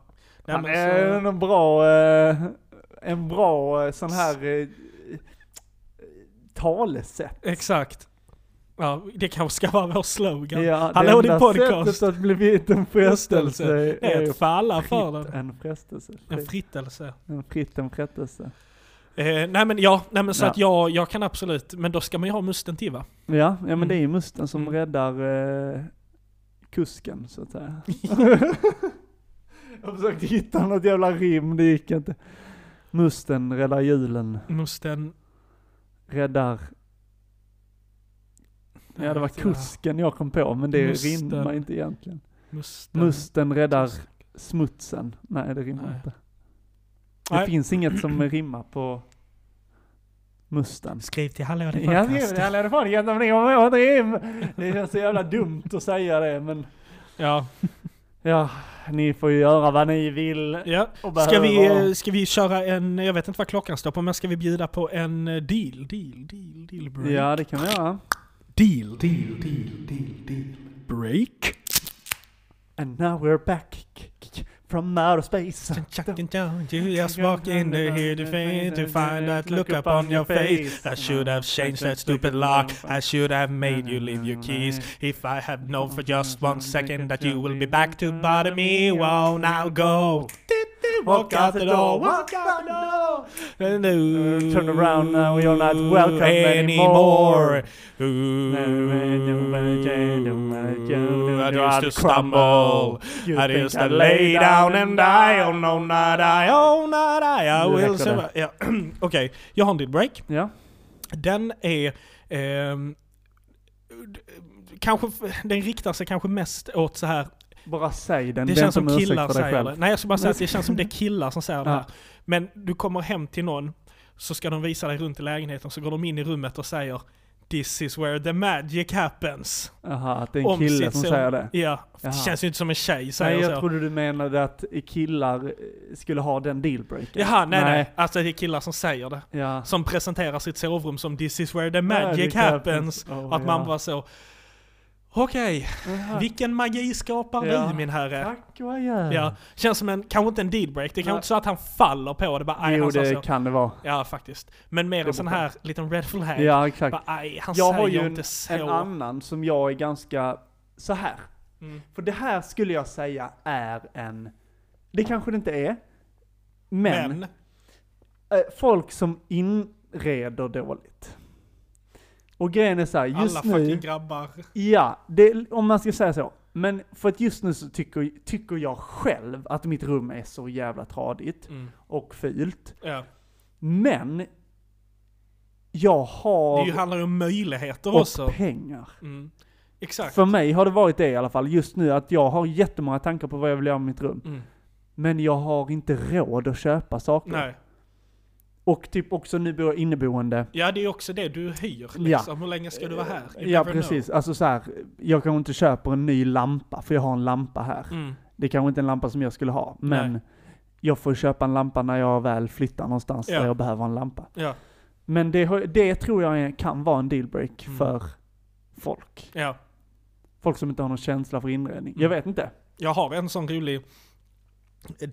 Speaker 2: Nej,
Speaker 1: Mm. Han
Speaker 2: men
Speaker 1: är
Speaker 2: så,
Speaker 1: en bra, eh, en bra eh, sån här eh, talesätt.
Speaker 2: exakt. Ja, det kanske ska vara vår slogan.
Speaker 1: Ja, det
Speaker 2: Hallå, din
Speaker 1: enda
Speaker 2: podcast.
Speaker 1: sättet att bli vitt en frestelse
Speaker 2: Det är
Speaker 1: är
Speaker 2: att falla för
Speaker 1: fritt
Speaker 2: den.
Speaker 1: en frestelse.
Speaker 2: En
Speaker 1: Fritt
Speaker 2: frittelse.
Speaker 1: en, fritt en frestelse.
Speaker 2: Eh, nej men ja, nej, men så
Speaker 1: Ja.
Speaker 2: att jag, jag kan absolut, men då ska man ju ha musten till va?
Speaker 1: Ja, ja men
Speaker 2: Mm.
Speaker 1: det är ju musten som
Speaker 2: Mm.
Speaker 1: räddar eh, kusken så att säga. Jag försökte hitta något jävla rim, det gick inte. Musten räddar julen,
Speaker 2: Musten...
Speaker 1: räddar Ja det var kusken jag kom på, men det
Speaker 2: Musten.
Speaker 1: rimmar inte egentligen.
Speaker 2: Musten.
Speaker 1: Musten räddar
Speaker 2: Kusk.
Speaker 1: smutsen. Nej det rimmar
Speaker 2: Nej.
Speaker 1: inte. Det
Speaker 2: Nej.
Speaker 1: finns inget som rimmar på musten.
Speaker 2: Skriv till Hallå det
Speaker 1: Ja, det
Speaker 2: podcast.
Speaker 1: är det. Fan, jag vet inte om jag har ett rim. Det känns så jävla dumt att säga det, men
Speaker 2: Ja.
Speaker 1: ja, ni får ju göra vad ni vill.
Speaker 2: ja.
Speaker 1: Och
Speaker 2: Ska
Speaker 1: behöver.
Speaker 2: vi, eh, ska vi köra en, jag vet inte vad klockan står på, men ska vi bjuda på en eh, deal? Deal, deal, deal break.
Speaker 1: Ja, det kan vi göra.
Speaker 2: Deal, deal, deal, deal, deal. Break.
Speaker 1: And now we're back from outer space.
Speaker 2: Chucking down, you just walk in the here to find to find that look upon your face. I should have changed that stupid lock. I should have made you leave your keys. If I had known for just one second that you will be back to bother me, well now go. Walk out the door, walk out the door. And ooh,
Speaker 1: Uh, Turn around now, you're not welcome anymore.
Speaker 2: Ooh, I used
Speaker 1: I'd
Speaker 2: to stumble.
Speaker 1: You
Speaker 2: I
Speaker 1: think
Speaker 2: used to
Speaker 1: I'd
Speaker 2: lay
Speaker 1: lay
Speaker 2: down
Speaker 1: down and
Speaker 2: and die.
Speaker 1: die.
Speaker 2: Oh no, not I. Oh not I. I
Speaker 1: Nu
Speaker 2: will
Speaker 1: räcker
Speaker 2: survive. Ja, Okej, jag har en deal break.
Speaker 1: Ja,
Speaker 2: Den är... ehm, d- kanske, den riktar sig kanske mest åt så här
Speaker 1: bara säg den.
Speaker 2: det
Speaker 1: Be
Speaker 2: känns
Speaker 1: inte
Speaker 2: som
Speaker 1: om ursäkt
Speaker 2: killar
Speaker 1: för dig
Speaker 2: säger det.
Speaker 1: själv.
Speaker 2: Nej jag ska bara säga att det känns som det är killar som säger det
Speaker 1: Ja.
Speaker 2: här. Men du kommer hem till någon, så ska de visa dig runt i lägenheten, så går de in i rummet och säger This is where the magic happens.
Speaker 1: Jaha, att det är en kille
Speaker 2: sitt
Speaker 1: som
Speaker 2: son.
Speaker 1: säger det.
Speaker 2: Ja,
Speaker 1: Jaha.
Speaker 2: det känns ju inte som en tjej säger
Speaker 1: Nej, jag
Speaker 2: så.
Speaker 1: trodde du menade att killar eh, skulle ha den dealbreakern.
Speaker 2: Jaha, nej, nej Alltså det är killar som säger det.
Speaker 1: Ja.
Speaker 2: Som presenterar sitt sovrum som This is where the magic, happens.
Speaker 1: Oh,
Speaker 2: Och att man
Speaker 1: ja.
Speaker 2: bara så Okej,
Speaker 1: Jaha.
Speaker 2: vilken magi skapar
Speaker 1: Ja.
Speaker 2: du min herre?
Speaker 1: Tack och adjö.
Speaker 2: Ja, känns som en, kanske inte en dealbreak, det
Speaker 1: Nej.
Speaker 2: är kanske inte så att han faller på det, bara aj,
Speaker 1: Jo,
Speaker 2: han sa
Speaker 1: det
Speaker 2: så.
Speaker 1: kan det vara.
Speaker 2: Ja, faktiskt. Men mer en sån här liten red flag.
Speaker 1: Ja, exakt.
Speaker 2: Bara, aj, han
Speaker 1: Jag
Speaker 2: säger
Speaker 1: har ju en,
Speaker 2: inte så.
Speaker 1: en annan som jag är ganska så här.
Speaker 2: Mm.
Speaker 1: För det här skulle jag säga är en... Det kanske det inte är. Men,
Speaker 2: Men,
Speaker 1: Eh, folk som inreder dåligt. Och grejen är så här, just
Speaker 2: alla
Speaker 1: nu...
Speaker 2: fucking grabbar.
Speaker 1: Ja, det, om man ska säga så. Men för att just nu så tycker, tycker jag själv att mitt rum är så jävla tradigt
Speaker 2: Mm.
Speaker 1: och fult.
Speaker 2: Ja.
Speaker 1: Men jag
Speaker 2: Det
Speaker 1: har
Speaker 2: är ju, handlar ju om möjligheter också.
Speaker 1: och pengar.
Speaker 2: Mm. Exakt.
Speaker 1: För mig har det varit det i alla fall just nu att jag har jättemånga tankar på vad jag vill göra med mitt rum.
Speaker 2: Mm.
Speaker 1: Men jag har inte råd att köpa saker.
Speaker 2: Nej.
Speaker 1: Och typ också nybo- inneboende.
Speaker 2: Ja, det är också det. Du hyr
Speaker 1: Ja.
Speaker 2: liksom. Hur länge ska du vara här? You
Speaker 1: Ja
Speaker 2: never know.
Speaker 1: precis, alltså så här, jag kanske inte köper en ny lampa, för jag har en lampa här.
Speaker 2: Mm.
Speaker 1: Det är kanske inte en lampa som jag skulle ha, men
Speaker 2: Nej.
Speaker 1: jag får köpa en lampa när jag väl flyttar någonstans
Speaker 2: Ja.
Speaker 1: där jag behöver en lampa.
Speaker 2: Ja,
Speaker 1: Men det, har- det tror jag är- kan vara en dealbreak
Speaker 2: Mm.
Speaker 1: för folk.
Speaker 2: ja.
Speaker 1: Folk som inte har någon känsla för inredning.
Speaker 2: Mm.
Speaker 1: Jag vet inte.
Speaker 2: Jag har en sån rolig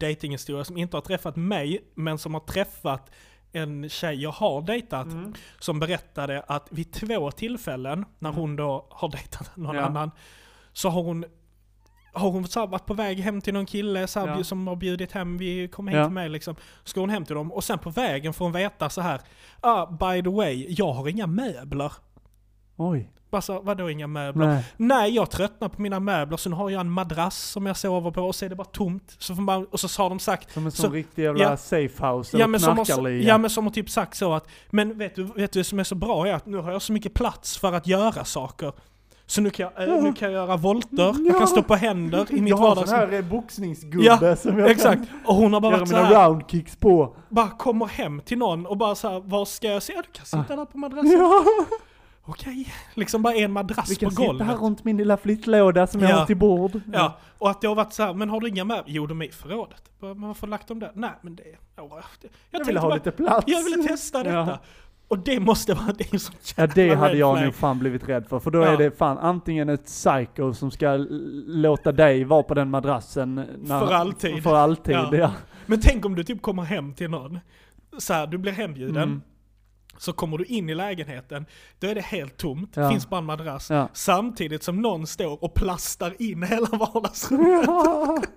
Speaker 2: datinghistoria som inte har träffat mig, men som har träffat en tjej jag har dejtat.
Speaker 1: Mm.
Speaker 2: Som berättade att vid två tillfällen, när hon då har dejtat någon
Speaker 1: Mm. Ja.
Speaker 2: annan, så har hon har hon så här varit på väg hem till någon kille så här,
Speaker 1: Ja.
Speaker 2: bjud- som har bjudit hem, vi kom hem
Speaker 1: Ja.
Speaker 2: till mig liksom. Så går hon hem till dem och sen på vägen får hon veta så här, ah, by the way, jag har inga möbler.
Speaker 1: Oj.
Speaker 2: Bara så, vadå inga möbler?
Speaker 1: Nej.
Speaker 2: Nej, jag tröttnar på mina möbler, så nu har jag en madrass som jag sover på och så är det bara tomt. Så får man, och så har de sagt,
Speaker 1: Som en
Speaker 2: Så-
Speaker 1: sån riktig jävla
Speaker 2: ja.
Speaker 1: safehouse
Speaker 2: ja
Speaker 1: eller
Speaker 2: men, som har,
Speaker 1: knarkarlia.
Speaker 2: ja men som har typ sagt så att, men vet du, vet du det som är så bra är att nu har jag så mycket plats för att göra saker. Så nu kan jag, eh, nu kan jag göra volter, jag
Speaker 1: Ja.
Speaker 2: kan stå på händer i mitt
Speaker 1: jag har en sån
Speaker 2: vardagsrum.
Speaker 1: här eh, boxningsgubbe
Speaker 2: Ja,
Speaker 1: som jag
Speaker 2: exakt. Och hon har
Speaker 1: kan
Speaker 2: bara
Speaker 1: göra
Speaker 2: varit så
Speaker 1: mina
Speaker 2: här,
Speaker 1: roundkicks på.
Speaker 2: bara kommer hem till någon och bara så här, var ska jag se? Ja, du kan sitta där på madrassen.
Speaker 1: Ja.
Speaker 2: Okej. Liksom bara en madrass
Speaker 1: Vi kan
Speaker 2: på
Speaker 1: sitta
Speaker 2: golvet.
Speaker 1: här runt min lilla flyttlåda som jag
Speaker 2: Ja.
Speaker 1: har till bord.
Speaker 2: Ja, och att det har varit så här, men har du inga med? Jo, de är i förrådet. Bara, Men varför har du lagt dem där? Nej, men det... ja, det-
Speaker 1: Jag
Speaker 2: tänkte
Speaker 1: ville ha
Speaker 2: bara-
Speaker 1: lite plats.
Speaker 2: Jag ville testa detta.
Speaker 1: Ja.
Speaker 2: Och det måste vara... Det är ju sån
Speaker 1: Ja det
Speaker 2: jävla
Speaker 1: hade
Speaker 2: red
Speaker 1: jag
Speaker 2: flag.
Speaker 1: nog fan blivit rädd för, för då
Speaker 2: Ja.
Speaker 1: är det fan antingen ett psycho som ska l- låta dig vara på den madrassen när,
Speaker 2: För alltid.
Speaker 1: För alltid,
Speaker 2: Ja.
Speaker 1: ja.
Speaker 2: Men tänk om du typ kommer hem till någon. Så här, du blir hembjuden.
Speaker 1: Mm.
Speaker 2: Så kommer du in i lägenheten, då är det helt tomt,
Speaker 1: Ja.
Speaker 2: finns bara en madrass.
Speaker 1: Ja.
Speaker 2: Samtidigt som någon står och plastar in hela vardagsrummet.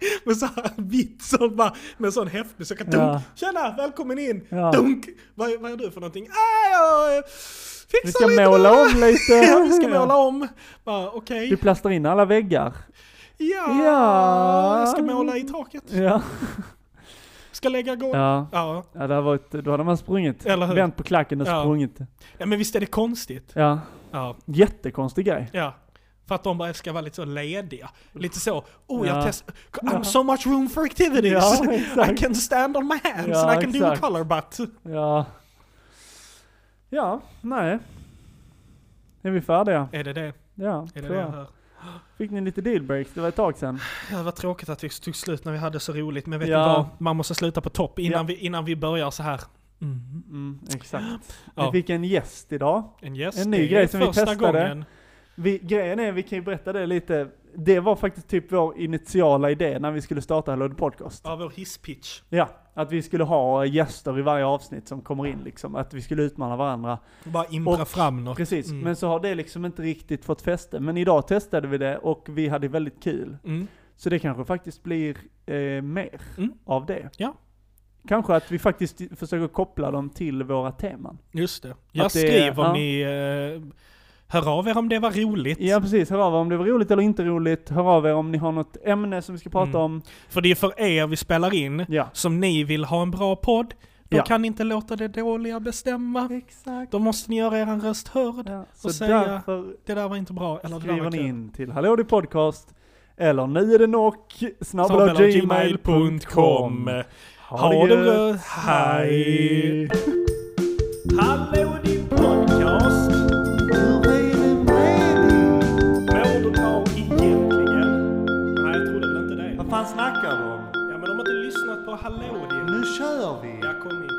Speaker 2: med så här vitt, så bara, med sån häftning. Så jag kan dunk,
Speaker 1: Ja.
Speaker 2: tjena, välkommen in,
Speaker 1: Ja.
Speaker 2: dunk. Vad, vad gör du för någonting? Äh, jag eh, fixar
Speaker 1: Vi ska
Speaker 2: lite
Speaker 1: måla
Speaker 2: nu."
Speaker 1: om lite.
Speaker 2: ja, vi ska
Speaker 1: Ja.
Speaker 2: måla om. Bara okej,
Speaker 1: Du plastar in alla väggar.
Speaker 2: ja,
Speaker 1: Ja.
Speaker 2: jag ska måla i taket.
Speaker 1: Ja.
Speaker 2: Ska lägga golv. Ja.
Speaker 1: Ja.
Speaker 2: Ja.
Speaker 1: ja det har varit, då hade man sprungit.
Speaker 2: Eller hur?
Speaker 1: Vänt på klacken och
Speaker 2: Ja.
Speaker 1: sprungit.
Speaker 2: men visst är det konstigt?
Speaker 1: Ja.
Speaker 2: Ja.
Speaker 1: Jättekonstig grej.
Speaker 2: ja. För att de bara ska vara lite så lediga. Lite så, oh jag
Speaker 1: Ja.
Speaker 2: testar, I'm so much room for activities.
Speaker 1: Ja,
Speaker 2: I
Speaker 1: exakt.
Speaker 2: can stand on my hands
Speaker 1: Ja,
Speaker 2: and I can
Speaker 1: exakt.
Speaker 2: do a color butt.
Speaker 1: Ja. Ja, nej. Är vi färdiga?
Speaker 2: Är det det?
Speaker 1: Ja,
Speaker 2: Är det
Speaker 1: tror
Speaker 2: det jag
Speaker 1: jag.
Speaker 2: hör?
Speaker 1: Fick ni lite dealbreaks? Det var ett tag sedan.
Speaker 2: Ja, det var tråkigt att vi tog slut när vi hade så roligt, men vet
Speaker 1: Ja.
Speaker 2: ni vad? Man måste sluta på topp innan,
Speaker 1: Ja.
Speaker 2: vi, innan vi börjar så här. Mm.
Speaker 1: Mm, exakt.
Speaker 2: Ja.
Speaker 1: Vi fick en gäst idag.
Speaker 2: En gäst,
Speaker 1: En ny
Speaker 2: det är
Speaker 1: grej som vi
Speaker 2: första
Speaker 1: testade.
Speaker 2: gången.
Speaker 1: Vi, grejen är, vi kan ju berätta det lite. Det var faktiskt typ vår initiala idé när vi skulle starta Hello the Podcast.
Speaker 2: Ja, vår hisspitch.
Speaker 1: Ja, att vi skulle ha gäster i varje avsnitt som kommer in liksom. Att vi skulle utmana varandra.
Speaker 2: Bara impra
Speaker 1: Och-
Speaker 2: fram något.
Speaker 1: Precis,
Speaker 2: Mm.
Speaker 1: men så har det liksom inte riktigt fått fäste. Men idag testade vi det och vi hade väldigt kul.
Speaker 2: Mm.
Speaker 1: Så det kanske faktiskt blir eh, mer
Speaker 2: Mm.
Speaker 1: av det.
Speaker 2: Ja.
Speaker 1: Kanske att vi faktiskt försöker koppla dem till våra teman.
Speaker 2: Just det. Jag
Speaker 1: Att det-
Speaker 2: skriver om
Speaker 1: ja.
Speaker 2: ni... eh, hör av er om det var roligt.
Speaker 1: Ja precis, hör av er om det var roligt eller inte roligt. Hör av er om ni har något ämne som vi ska prata
Speaker 2: Mm.
Speaker 1: om.
Speaker 2: För det är för er vi spelar in,
Speaker 1: Ja.
Speaker 2: som ni vill ha en bra podd. Då
Speaker 1: Ja.
Speaker 2: kan ni inte låta det dåliga bestämma.
Speaker 1: Exakt.
Speaker 2: Då måste ni göra er en röst hörd.
Speaker 1: Ja, så
Speaker 2: säga-
Speaker 1: därför
Speaker 2: Det där var inte bra, eller det där
Speaker 1: skriver
Speaker 2: var
Speaker 1: ni
Speaker 2: kul.
Speaker 1: in till Hallå det podcast eller nu är det nog snabbla gmail.com.
Speaker 2: gmail.com Ha det bra, hej!
Speaker 1: Hej!
Speaker 2: Hallå din podcast!
Speaker 5: Hur är det med dig?
Speaker 2: Mår du bra egentligen? Nej, jag trodde väl inte det.
Speaker 5: Vad fan snackar du om?
Speaker 2: Ja, men de har inte lyssnat på Hallå din.
Speaker 5: Nu kör vi!
Speaker 2: Ja, kom igen.